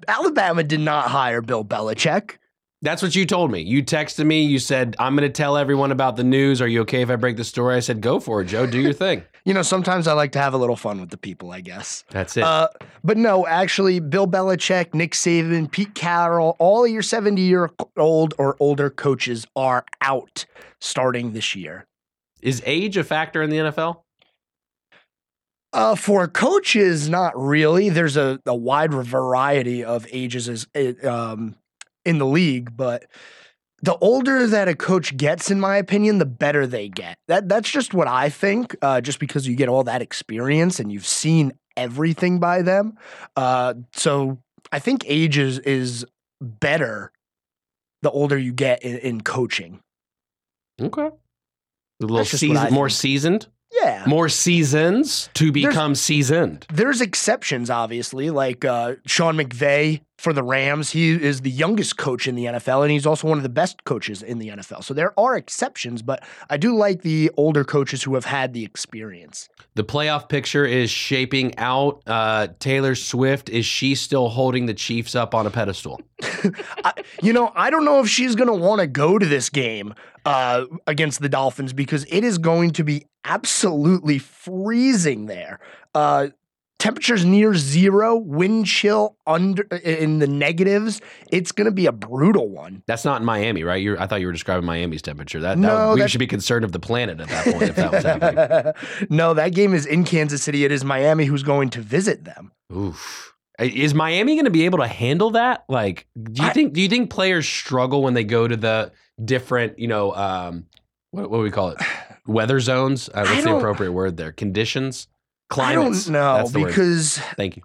Alabama did not hire Bill Belichick. That's what you told me. You texted me. You said, I'm going to tell everyone about the news. Are you okay if I break the story? I said, go for it, Joe. Do your thing. You know, sometimes I like to have a little fun with the people, I guess. That's it. Uh, but no, actually, Bill Belichick, Nick Saban, Pete Carroll, all of your 70 year old or older coaches are out starting this year. Is age a factor in the NFL? Uh, for coaches, not really. There's a, a wide variety of ages as, um, in the league, but the older that a coach gets, in my opinion, the better they get. That that's just what I think. Uh, just because you get all that experience and you've seen everything by them, uh, so I think age is, is better the older you get in, in coaching. Okay. A little That's just what I season, more think. seasoned. Yeah. More seasons to There's- become seasoned. There's exceptions, obviously, like uh, Sean McVay for the Rams. He is the youngest coach in the NFL, and he's also one of the best coaches in the NFL. So there are exceptions, but I do like the older coaches who have had the experience. The playoff picture is shaping out. Uh, Taylor Swift, is she still holding the Chiefs up on a pedestal? I, you know, I don't know if she's going to want to go to this game uh, against the Dolphins because it is going to be absolutely freezing there. Uh, temperatures near zero, wind chill under in the negatives. It's going to be a brutal one. That's not in Miami, right? You're, I thought you were describing Miami's temperature. That, that No, we that's- should be concerned of the planet at that point if that was happening. no, that game is in Kansas City. It is Miami who's going to visit them. Oof. Is Miami going to be able to handle that? Like, do you I- think do you think players struggle when they go to the different, you know, um, what, what do we call it? Weather zones? Uh, I what's the don't- appropriate word there? Conditions? I Climates? don't know That's the word. because Thank you.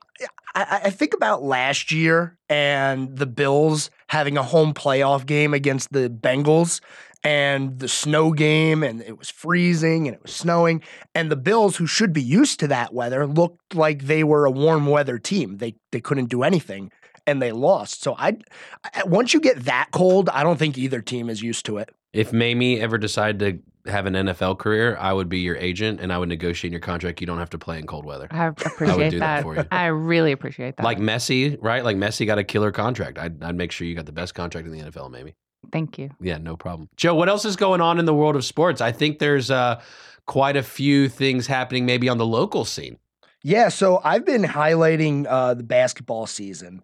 I, I- I think about last year and the Bills having a home playoff game against the Bengals and the snow game, and it was freezing and it was snowing. And the Bills, who should be used to that weather, looked like they were a warm weather team. They they couldn't do anything and they lost. So I, I once you get that cold, I don't think either team is used to it. If Mamie ever decided to have an NFL career, I would be your agent and I would negotiate your contract. You don't have to play in cold weather. I appreciate do that that. for you. I really appreciate that. Like Messi, right? Like Messi got a killer contract. I'd, I'd make sure you got the best contract in the NFL, Mamie. thank you. Yeah, no problem. Joe, what else is going on in the world of sports? I think there's uh, quite a few things happening maybe on the local scene. Yeah, so I've been highlighting uh, the basketball season.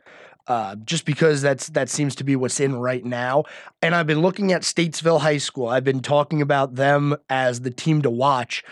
Uh, just because that's that seems to be what's in right now, and I've been looking at Statesville High School. I've been talking about them as the team to watch,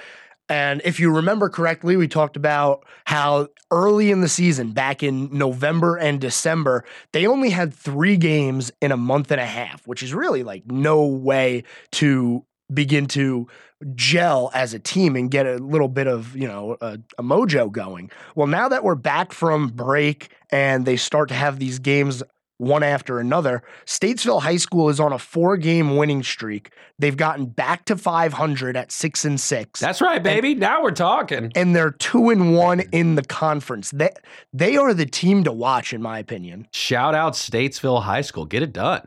and if you remember correctly, we talked about how early in the season, back in November and December, they only had three games in a month and a half, which is really like no way to begin to gel as a team and get a little bit of you know a, a mojo going. Well, now that we're back from break and they start to have these games one after another, Statesville High School is on a four-game winning streak. They've gotten back to 500 at six and six That's right, baby. now we're talking. and they're two and one in the conference. They they are the team to watch, in my opinion. Shout out Statesville High School. Get it done.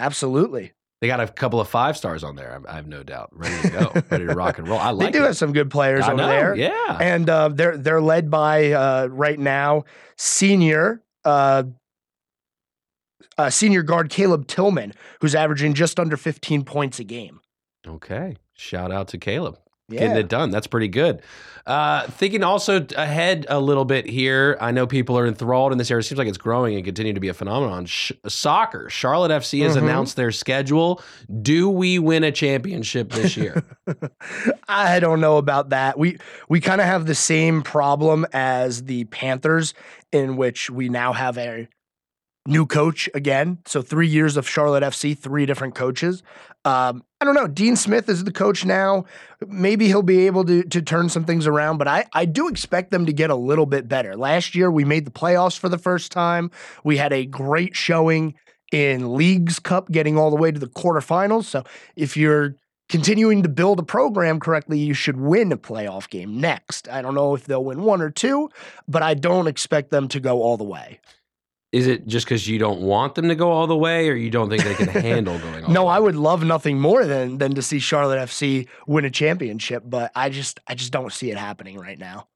Absolutely, They got a couple of five stars on there. I I have no doubt. Ready to go. Ready to rock and roll. I like they do it. have some good players I over know, there, Yeah. and uh, they're they're led by uh, right now senior. Uh, uh, senior guard Caleb Tillman, who's averaging just under 15 points a game. Okay. Shout out to Caleb. Yeah. getting it done. That's pretty good. Uh, thinking also t- ahead a little bit here. I know people are enthralled in this area. It seems like it's growing and continue to be a phenomenon. Sh- soccer. Charlotte FC has Mhm. announced their schedule. Do we win a championship this year? I don't know about that. We we kind of have the same problem as the Panthers, in which we now have a new coach again. So three years of Charlotte FC, three different coaches. Um, I don't know. Dean Smith is the coach now. Maybe he'll be able to to turn some things around, but I, I do expect them to get a little bit better. Last year we made the playoffs for the first time. We had a great showing in Leagues Cup, getting all the way to the quarterfinals. So if you're continuing to build a program correctly, you should win a playoff game next. I don't know if they'll win one or two, but I don't expect them to go all the way. Is it just because you don't want them to go all the way, or you don't think they can handle going? All no, the way? I would love nothing more than than to see Charlotte FC win a championship, but I just I just don't see it happening right now.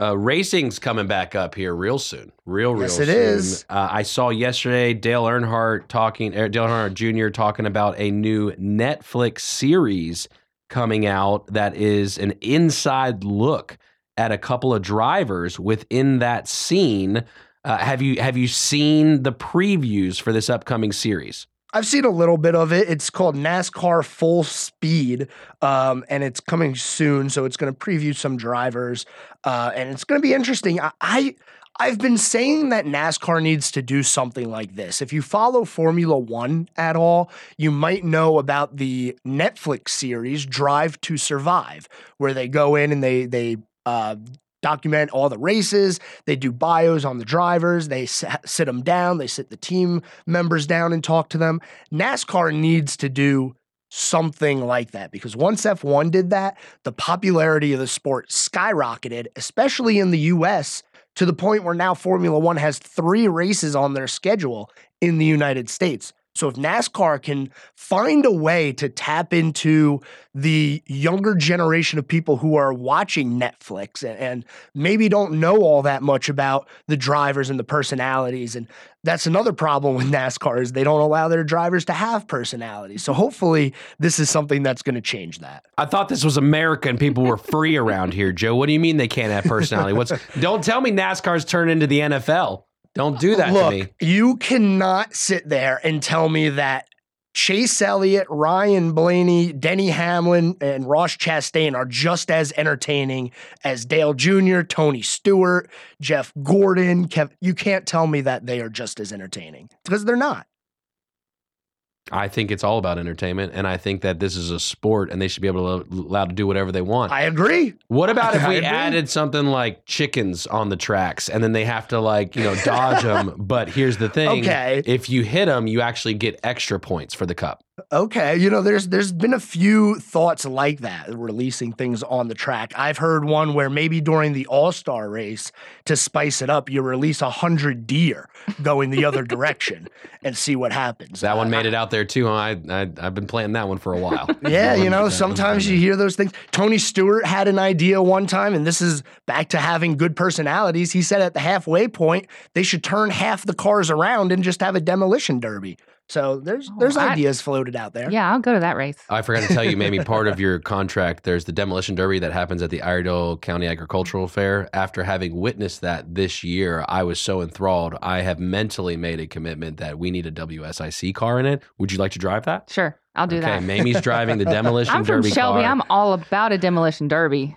uh, racing's coming back up here real soon. Real, real Yes, soon. it is. Uh, I saw yesterday Dale Earnhardt talking, er, Dale Earnhardt Jr. talking about a new Netflix series coming out that is an inside look at a couple of drivers within that scene. Uh, have you have you seen the previews for this upcoming series? I've seen a little bit of it. It's called NASCAR Full Speed, um, and it's coming soon. So it's going to preview some drivers, uh, and it's going to be interesting. I, I I've been saying that NASCAR needs to do something like this. If you follow Formula One at all, you might know about the Netflix series Drive to Survive, where they go in and they they uh, document all the races. They do bios on the drivers. They s- sit them down. They sit the team members down and talk to them. NASCAR needs to do something like that because once F1 did that, the popularity of the sport skyrocketed, especially in the US, to the point where now Formula One has three races on their schedule in the United States. So if NASCAR can find a way to tap into the younger generation of people who are watching Netflix and, and maybe don't know all that much about the drivers and the personalities, and that's another problem with NASCAR is they don't allow their drivers to have personalities. So hopefully this is something that's going to change that. I thought this was America and people were free around here, Joe. What do you mean they can't have personality? What's don't tell me NASCAR's turned into the NFL. Don't do that Look, to me. you cannot sit there and tell me that Chase Elliott, Ryan Blaney, Denny Hamlin, and Ross Chastain are just as entertaining as Dale Jr., Tony Stewart, Jeff Gordon, Kev. You can't tell me that they are just as entertaining because they're not. I think it's all about entertainment, and I think that this is a sport, and they should be able to allowed to do whatever they want. I agree. what about if I we agree. added something like chickens on the tracks, and then they have to like you know dodge them? But here's the thing: Okay. if you hit them, you actually get extra points for the cup. Okay, you know, there's there's been a few thoughts like that, releasing things on the track. I've heard one where maybe during the All Star race to spice it up, you release a hundred deer going the other direction and see what happens. That one Uh, made it out there too. I, I I've been playing that one for a while. yeah, you know, sometimes you hear those things. Tony Stewart had an idea one time, and this is back to having good personalities. He said at the halfway point, they should turn half the cars around and just have a demolition derby. So there's there's I- ideas floated out there. Yeah, I'll go to that race. I forgot to tell you, Mamie, part of your contract, there's the demolition derby that happens at the Iredell County Agricultural Fair. After having witnessed that this year, I was so enthralled. I have mentally made a commitment that we need a WSIC car in it. Would you like to drive that? Sure, I'll do okay, that. Mamie's driving the demolition I'm from derby Shelby. car. I'm all about a demolition derby.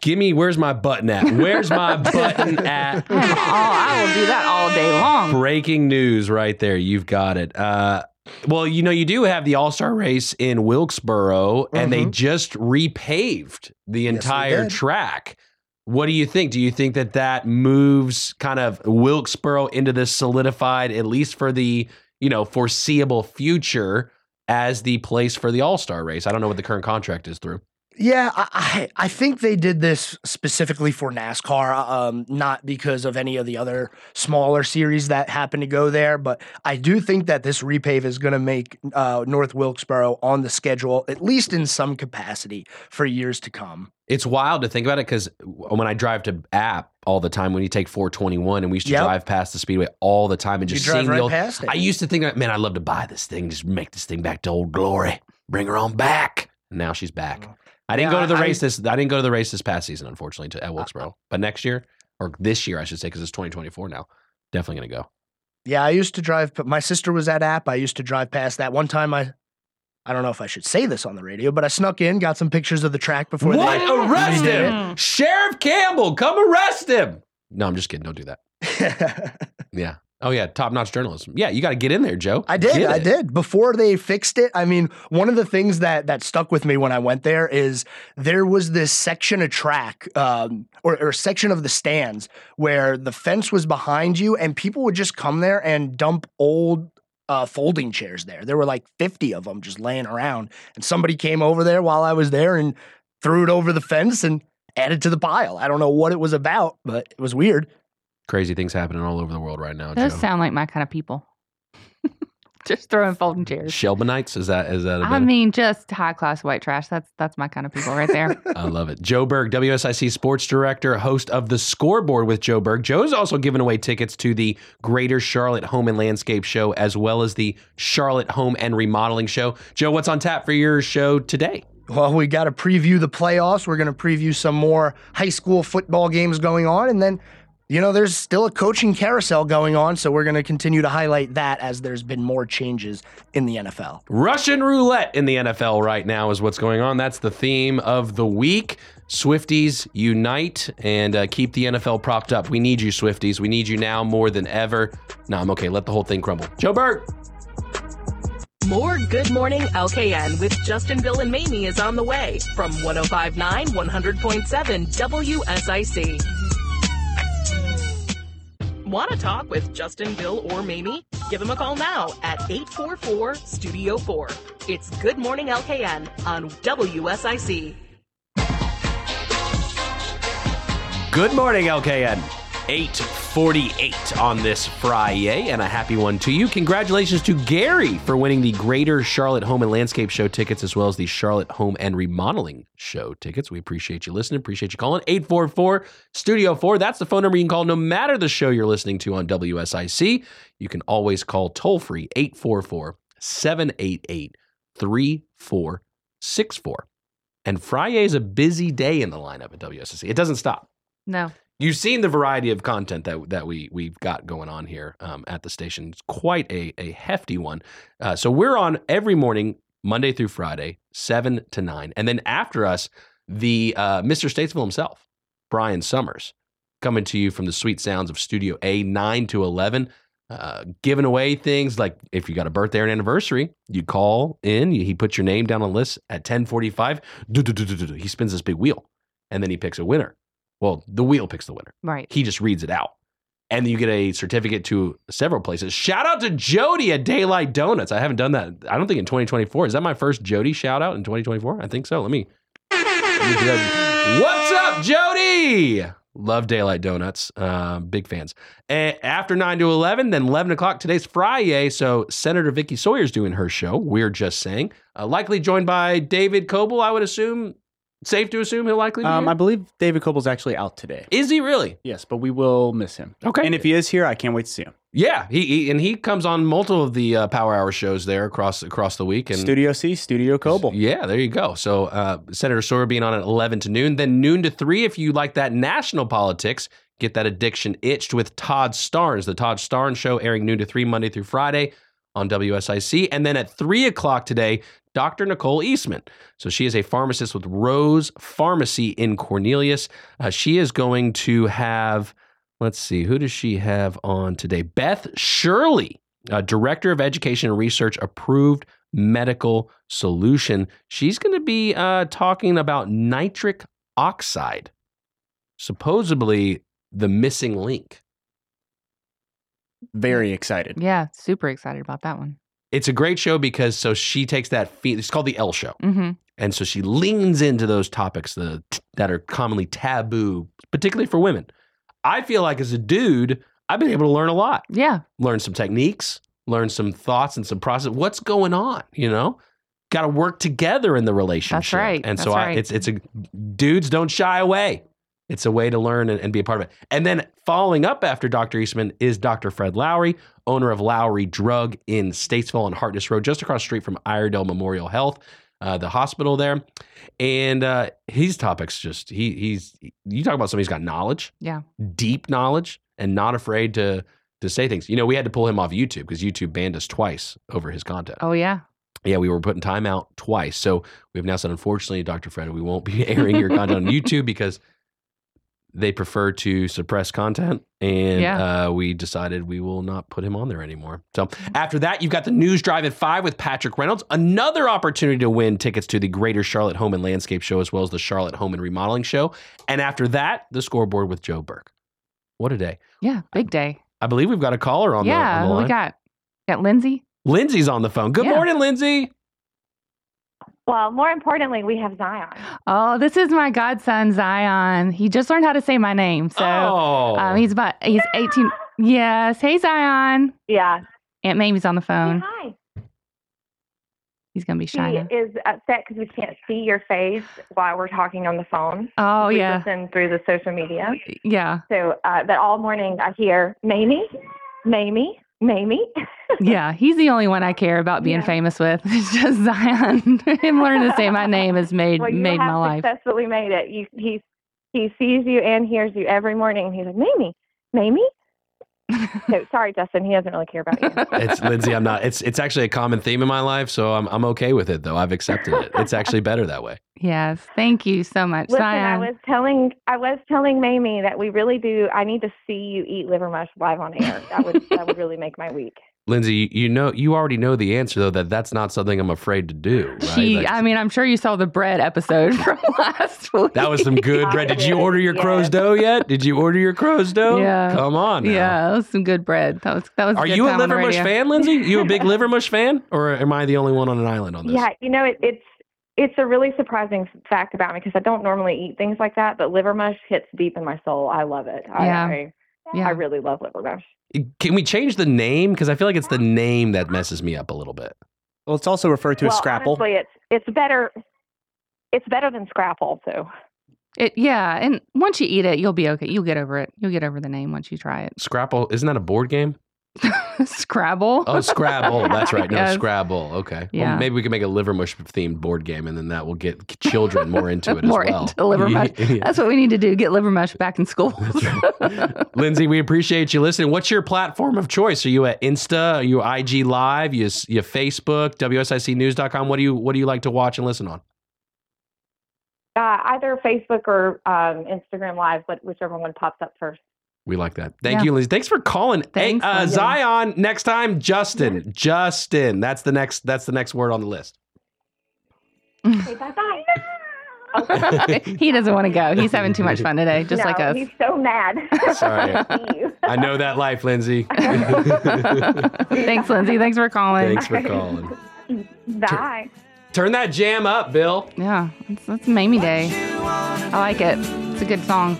Give me, where's my button at? Where's my button at? I, am all, Oh, I will do that all day long. Breaking news right there. You've got it. Uh, well, you know, you do have the All Star race in Wilkesboro, and they Mm-hmm. Mhm. just repaved the they entire did. track. What do you think? Do you think that that moves kind of Wilkesboro into this solidified, at least for the you know foreseeable future, as the place for the All Star race? I don't know what the current contract is through. Yeah, I, I I think they did this specifically for NASCAR, um, not because of any of the other smaller series that happened to go there. But I do think that this repave is going to make uh, North Wilkesboro on the schedule, at least in some capacity, for years to come. It's wild to think about it because when I drive to App all the time, when you take 421, and we used to Yep. drive past the speedway all the time, and You just drive seeing the right old, past it. I used to think, like, man, I'd love to buy this thing, just make this thing back to old glory, bring her on back. And now she's back. I didn't Oh. Yeah, go to I- the Uh, race this. I didn't go to the race this past season, unfortunately, to, at Wilkesboro. But next year, or this year, I should say, because it's 2024 now, definitely gonna go. Yeah, I used to drive. p- My sister was at App. I used to drive past that one time. I I don't know if I should say this on the radio, but I snuck in, got some pictures of the track before. what? They, Arrest they did him, Sheriff Campbell! Come arrest him. No, I'm just kidding. Don't do that. it. Yeah, Oh yeah, top notch journalism. Yeah, you got to get in there, Joe. I did. Get I it. did. Before they fixed it, I mean, one of the things that that stuck with me when I went there is there was this section of track um, or, or section of the stands where the fence was behind you, and people would just come there and dump old. Uh, folding chairs there. There were like 50 of them just laying around. And somebody came over there while I was there and threw it over the fence and added to the pile. I don't know what it was about, but it was weird. Crazy things happening all over the world right now, Those Joe. sound like my kind of people. just throwing folding chairs. Shelbanites is that is that? A I better- mean, just high class white trash. That's that's my kind of people right there. I love it. Joe Berg, WSIC sports director, host of the Scoreboard with Joe Berg. Joe's also giving away tickets to the Greater Charlotte Home and Landscape Show, as well as the Charlotte Home and Remodeling Show. Joe, what's on tap for your show today? Well, we got to preview the playoffs. We're going to preview some more high school football games going on. And then, you know, there's still a coaching carousel going on. So we're going to continue to highlight that as there's been more changes in the NFL. Russian roulette in the NFL right now is what's going on. That's the theme of the week. Swifties unite and uh, keep the NFL propped up. We need you, Swifties. We need you now more than ever. No, I'm okay. Let the whole thing crumble. Joe Berg. More Good Morning LKN with Justin, Bill, and Mamie is on the way from 1059 100.7 WSIC. Want to talk with Justin, Bill, or Mamie? Give them a call now at 844 Studio 4. It's Good Morning LKN on WSIC. Good morning, LKN. 848 on this Friday, and a happy one to you. Congratulations to Gary for winning the Greater Charlotte Home and Landscape Show tickets as well as the Charlotte Home and Remodeling Show tickets. We appreciate you listening, appreciate you calling. 844 Studio 4. That's the phone number you can call no matter the show you're listening to on WSIC. You can always call toll free 844 788 3464. And Friday is a busy day in the lineup at WSIC. It doesn't stop No. you've seen the variety of content that that we we've got going on here um, at the station. It's quite a a hefty one. Uh, so we're on every morning, Monday through Friday, seven to nine, and then after us, the uh, Mr. Statesville himself, Brian Summers, coming to you from the sweet sounds of Studio A, nine to eleven. Uh, giving away things like if you got a birthday or an anniversary, you call in. He puts your name down on the list at ten forty-five. He spins this big wheel, and then he picks a winner. Well, the wheel picks the winner. Right. He just reads it out. And you get a certificate to several places. Shout out to Jody at Daylight Donuts. I haven't done that, I don't think, in 2024. Is that my first Jody shout out in 2024? I think so. Let me. let me do that. What's up, Jody? Love Daylight Donuts. Uh, big fans. A- after 9 to 11, then 11 o'clock. Today's Friday. So Senator Vicky Sawyer's doing her show. We're just saying. Uh, likely joined by David Coble, I would assume. Safe to assume he'll likely be Um, here? I believe David Coble's actually out today. Is he really? Yes, but we will miss him. Okay. And if he is here, I can't wait to see him. Yeah, he, he and he comes on multiple of the uh, Power Hour shows there across across the week. And Studio C, Studio Coble. yeah, there you go. So uh, Senator Sawyer being on at eleven to noon, then noon to three. If you like that national politics, get that addiction itched with Todd Starnes, the Todd Starnes show airing noon to three Monday through Friday on WSIC, and then at three o'clock today. Dr. Nicole Eastman. So she is a pharmacist with Rose Pharmacy in Cornelius. Uh, she is going to have Let's see, who does she have on today? Beth Shirley, uh, Director of Education and Research, Approved Medical Solution. She's going to be uh, talking about nitric oxide, supposedly the missing link. Very excited. Yeah. Super excited about that one. It's a great show because so she takes that, fe- it's called the L Show. Mm-hmm. And so she leans into those topics the, that are commonly taboo, particularly for women. I feel like as a dude, I've been able to learn a lot. Yeah. learn some techniques, learn some thoughts and some process. What's going on? You know, got to work together in the relationship. right. And so That's I, right. it's it's a dudes don't shy away. It's a way to learn and, and be a part of it. And then following up after Dr. Eastman is Dr. Fred Lowry, owner of Lowry Drug in Statesville on Hartness Road, just across the street from Iredell Memorial Health, uh, the hospital there. And uh, his topics just he he's you talk about somebody who's got knowledge, Yeah. deep knowledge, and not afraid to to say things. You know, we had to pull him off YouTube because YouTube banned us twice over his content. Oh yeah. Yeah, we were put in timeout twice. So we've now said, unfortunately, Dr. Fred, we won't be airing your content on YouTube because they prefer to suppress content, and Yeah. uh, we decided we will not put him on there anymore. So after that, you've got the news drive at five with Patrick Reynolds, another opportunity to win tickets to the Greater Charlotte Home and Landscape Show, as well as the Charlotte Home and Remodeling Show. And after that, the scoreboard with Joe Burke. What a day! Yeah, big day. I believe we've got a caller on the- yeah, on the who line. we got got Lindsay. Lindsay's on the phone. Good Yeah. morning, Lindsay. Well, more importantly, we have Zion. Oh, this is my godson Zion. He just learned how to say my name, so Oh. um, he's about he's eighteen. Yes, hey Zion. Yeah, Aunt Mamie's on the phone. Hi. He's gonna be She shy. now. is upset because we can't see your face while we're talking on the phone. Oh, we yeah. Listen through the social media. Yeah, So, uh, but all morning I hear Mamie, Mamie, Mamie. yeah. He's the only one I care about being famous with. It's just Zion. Him learning to say my name has made well, you have made my life. successfully made it. You, he, he sees you and hears you every morning. He's like Mamie, Mamie. so, sorry, Justin. He doesn't really care about you. It's Lindsay. I'm not. It's it's actually a common theme in my life, so I'm I'm okay with it though. I've accepted it. It's actually better that way. Yes, thank you so much, Listen, I Zion. was telling I was telling Mamie that we really do. I need to see you eat liver mush live on air. That would that would really make my week. Lindsay, you- you know, you already know the answer though that that's not something I'm afraid to do. Right? she, Like, I mean, I'm sure you saw the bread episode from last week. that was some good bread. Did you order your crow's dough yet? Did you order your crow's dough? Yeah. Come on. now. Yeah, that was some good bread. That was that was. Are good you a time on the livermush radio. fan, Lindsay? You a big livermush fan, or am I the only one on an island on this? Yeah, you know it, it's it's a really surprising fact about me because I don't normally eat things like that, but liver mush hits deep in my soul. I love it. I, Yeah. I, Yeah. I really love liver mush. Can we change the name? Because I feel like it's the name that messes me up a little bit. Well, it's also referred to well, as scrapple. honestly, it's it's better. It's better than scrapple, so It, yeah, and once you eat it, you'll be okay. You'll get over it. You'll get over the name once you try it. Scrapple isn't that a board game? Scrabble. Oh, Scrabble. That's right. No, Yes. Scrabble. Okay. Well, Yeah. maybe we can make a Livermush themed board game, and then that will get children more into it More as well. into liver mush. That's what we need to do. Get liver mush back in school. Lindsay, we appreciate you listening. What's your platform of choice? Are you at Insta? Are you IG Live? You you Facebook? WSICnews.com? What do you What do you like to watch and listen on? uh, either Facebook or um, Instagram Live, what- whichever one pops up first. We like that. Thank Yeah. you, Lindsay. Thanks for calling. Hey, Thanks, uh, Lindsay. Zion. Next time, Justin. Justin. That's the next. That's the next word on the list. Okay, bye bye. he doesn't want to go. He's having too much fun today, just no, like us. He's so mad. Sorry. I know that life, Lindsay. Thanks, Lindsay. Thanks for calling. Thanks for calling. Bye. Turn that jam up, Bill. Yeah, it's, it's Mamie Day. I like it. It's a good song.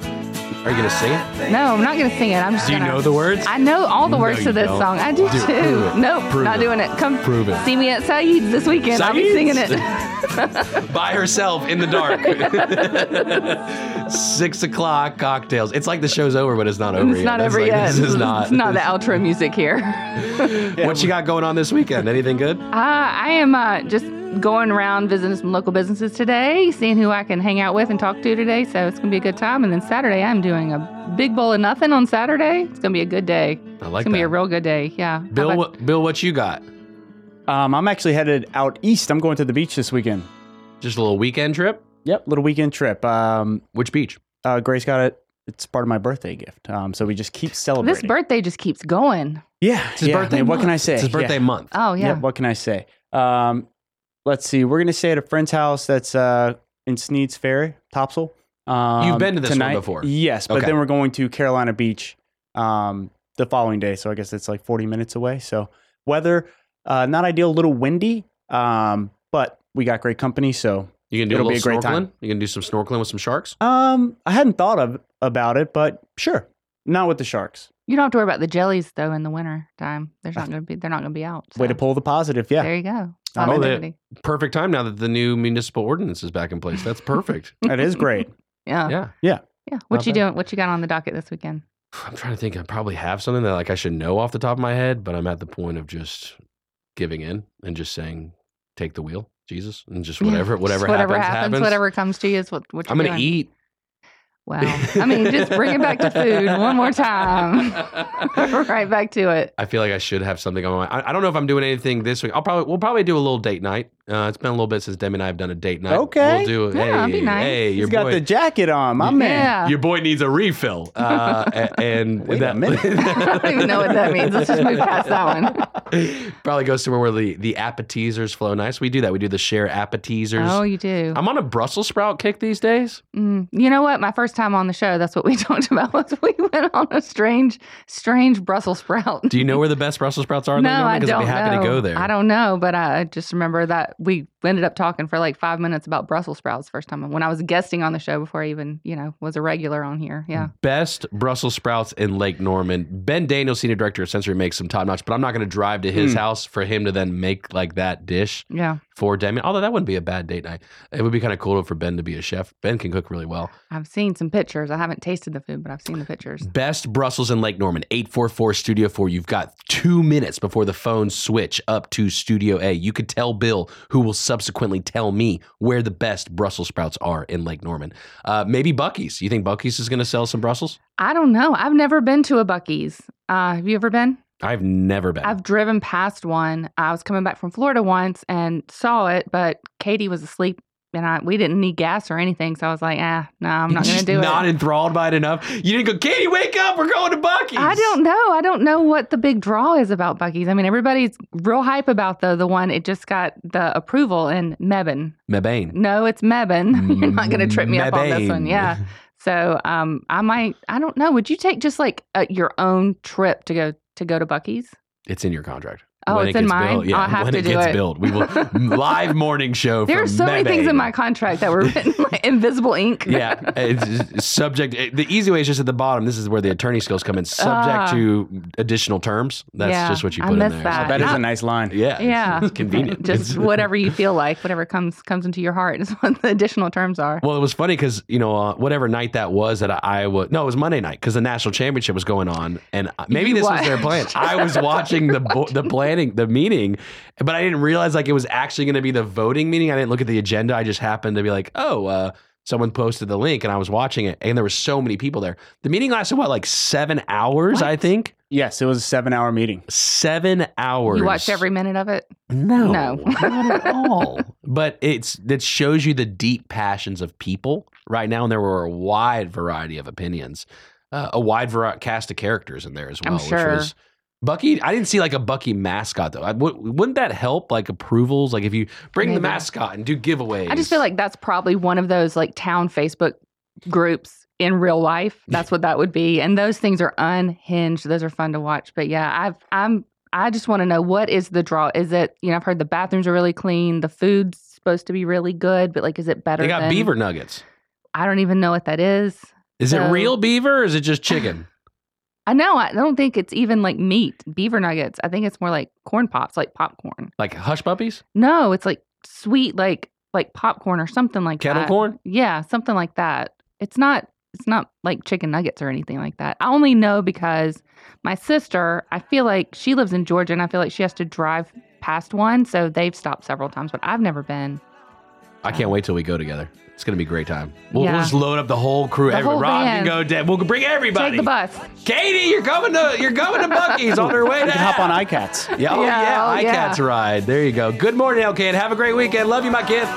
Are you gonna sing it? No, I'm not gonna sing it. I'm just. Do you gonna- know the words? I know all the No, words you to this don't. song. I do Dude, too. prove it. Nope, Prove not it. doing it. Come Prove it. See me at Saeed's this weekend. I'll be singing Saeed's. it. By herself in the dark. Six o'clock cocktails. It's like the show's over, but it's not over it's yet. not That's over like, yet. This is not. It's not the outro music here. What you got going on this weekend? Anything good? Uh, I am uh, just going around visiting some local businesses today, seeing who I can hang out with and talk to today. So it's going to be a good time. And then Saturday, I'm doing a big bowl of nothing on Saturday. It's going to be a good day. I like It's going to be that. a real good day. Yeah. How Bill, about- what, Bill, what you got? Um, I'm actually headed out east. I'm going to the beach this weekend. Just a little weekend trip. Yep, little weekend trip. Um, Which beach? Uh, Grace got it. It's part of my birthday gift. Um, so we just keep celebrating. this birthday just keeps going. yeah, his yeah. birthday I mean, What can I month. say? It's his birthday Yeah. month. Oh, yeah. Yeah, what can I say? Um, let's see. We're gonna stay at a friend's house that's uh, in Sneed's Ferry, Topsail. Um, You've been to this one tonight. before. Yes, but Okay. then we're going to Carolina Beach um, the following day. So I guess it's like 40 minutes away. So weather uh, not ideal, a little windy, um, but we got great company. So You can do it'll a little be a great snorkeling. time. You can do some snorkeling with some sharks. Um, I hadn't thought of about it, but sure, not with the sharks. You don't have to worry about the jellies, though, in the winter time. They're not going to be, they're not going to be out. Way So to pull the positive. Yeah, There you go. I'm Lot of in it. activity. Perfect time now that the new municipal ordinance is back in place. That's perfect. that is great. Yeah. Yeah. yeah. What Not you bad. doing? What you got on the docket this weekend? I'm trying to think. I probably have something that like I should know off the top of my head, but I'm at the point of just giving in and just saying, "Take the wheel, Jesus," and just Yeah, whatever, just whatever, whatever happens, happens, happens. whatever comes to you is what, what you're I'm gonna doing. eat. Wow. I mean, just bring it back to food one more time. right back to it. I feel like I should have something on my. I, I don't know if I'm doing anything this week. I'll probably we'll probably do a little date night Uh, it's been a little bit since Demi and I have done a date night. Okay. We'll do it. Yeah, hey, that'd be nice. Hey, He's your got boy, the jacket on, my man. Yeah. Your boy needs a refill. Uh, a- and that I don't even know what that means. Let's just move past that one. probably goes somewhere where the, the appetizers flow nice. We do that. We do the share appetizers. Oh, you do. I'm on a Brussels sprout kick these days. Mm, you know what? My first time on the show, that's what we talked about. Was we went on a strange, strange Brussels sprout. Do you know where the best Brussels sprouts are? in no, Lebanon? I 'Cause don't I'd be happy know. to go there. I don't know, but I just remember that we ended up talking for like five minutes about Brussels sprouts first time when I was guesting on the show before I even you know was a regular on here. Yeah. Best Brussels sprouts in Lake Norman. Ben Daniel, senior director of sensory, makes some top notch, but I'm not going to drive to his Mm. house for him to then make like that dish Yeah. for Demi. Although that wouldn't be a bad date night. It would be kind of cool for Ben to be a chef. Ben can cook really well. I've seen some pictures. I haven't tasted the food, but I've seen the pictures. Best Brussels in Lake Norman, 844 Studio 4. You've got two minutes before the phones switch up to Studio A. You could tell Bill, who will subsequently tell me where the best Brussels sprouts are in Lake Norman. Uh, maybe Bucky's. You think Bucky's is going to sell some Brussels? I don't know. I've never been to a Bucky's. Uh, have you ever been? I've never been. I've driven past one. I was coming back from Florida once and saw it, but Katie was asleep and I we didn't need gas or anything, so I was like, ah, no, I'm not gonna Just do not it. enthralled by it enough. You didn't go, Katie, wake up. We're going to Bucky's. I don't know. I don't know what the big draw is about Bucky's. I mean, everybody's real hype about the the one it just got the approval in Mebane. Mebane. No, it's Mebane. You're not going to trip me up on this one. Mebane. Yeah. So, um, I might. I don't know. Would you take just like a, your own trip to go to go to Bucky's? It's in your contract. Oh, when it's it in gets mine? Built, yeah, I'll have when to it do gets it. built, we will live morning show. There Oh, from are so many things Mebane. in my contract that were written in like invisible ink. yeah, it's just subject. it- the easy way is just at the bottom. This is where the attorney skills come in. Subject Ah. to additional terms. That's Yeah, just what you I put in miss there. that. That is a nice line. Yeah, Yeah. it's convenient. Just It's- whatever you feel like, whatever comes comes into your heart is what the additional terms are. Well, it was funny because you know uh, whatever night that was that I, I was no, it was Monday night because the national championship was going on, and uh, maybe You this was their plan. watched. I was watching the bo- the planning the meeting, but I didn't realize like it was actually going to be the voting meeting. I didn't look at the agenda. I just happened to be like, oh. uh Someone posted the link and I was watching it, and there were so many people there. The meeting lasted what, like seven hours, I think. Yes, it was a seven-hour meeting. Seven hours. You watched every minute of it? No. No. but it's that shows you the deep passions of people right now, and there were a wide variety of opinions, uh, a wide vari- cast of characters in there as I'm well, sure. which was. Bucky, I didn't see like a Bucky mascot though. I, w- wouldn't that help like approvals? Like if you bring the Maybe. mascot and do giveaways. I just feel like that's probably one of those like town Facebook groups in real life. That's what that would be. And those things are unhinged. Those are fun to watch. But yeah, I've I'm I just want to know what is the draw? Is it you know I've heard the bathrooms are really clean, the food's supposed to be really good, but like is it better? they got than- beaver nuggets. I don't even know what that is. Is So- it real beaver or is it just chicken? I know. I don't think it's even like meat, beaver nuggets. I think it's more like corn pops, like popcorn. like hush puppies? No, it's like sweet, like like popcorn or something like Kettle that. corn? Yeah, something like that. It's not. It's not like chicken nuggets or anything like that. I only know because my sister. I feel like she lives in Georgia, and I feel like she has to drive past one, so they've stopped several times, but I've never been. I can't wait till we go together. It's gonna be a great time. We'll, we'll Yeah. just load up the whole crew. The Every- whole Rob van. can go. Deb, we'll bring everybody. Take the bus. Katie, you're coming to you're going to Bucky's on her way You to can hop on iCats. Yeah, oh, Yeah, yeah, oh, yeah. iCats ride. There you go. Good morning, LK, and have a great weekend. Love you, my kid.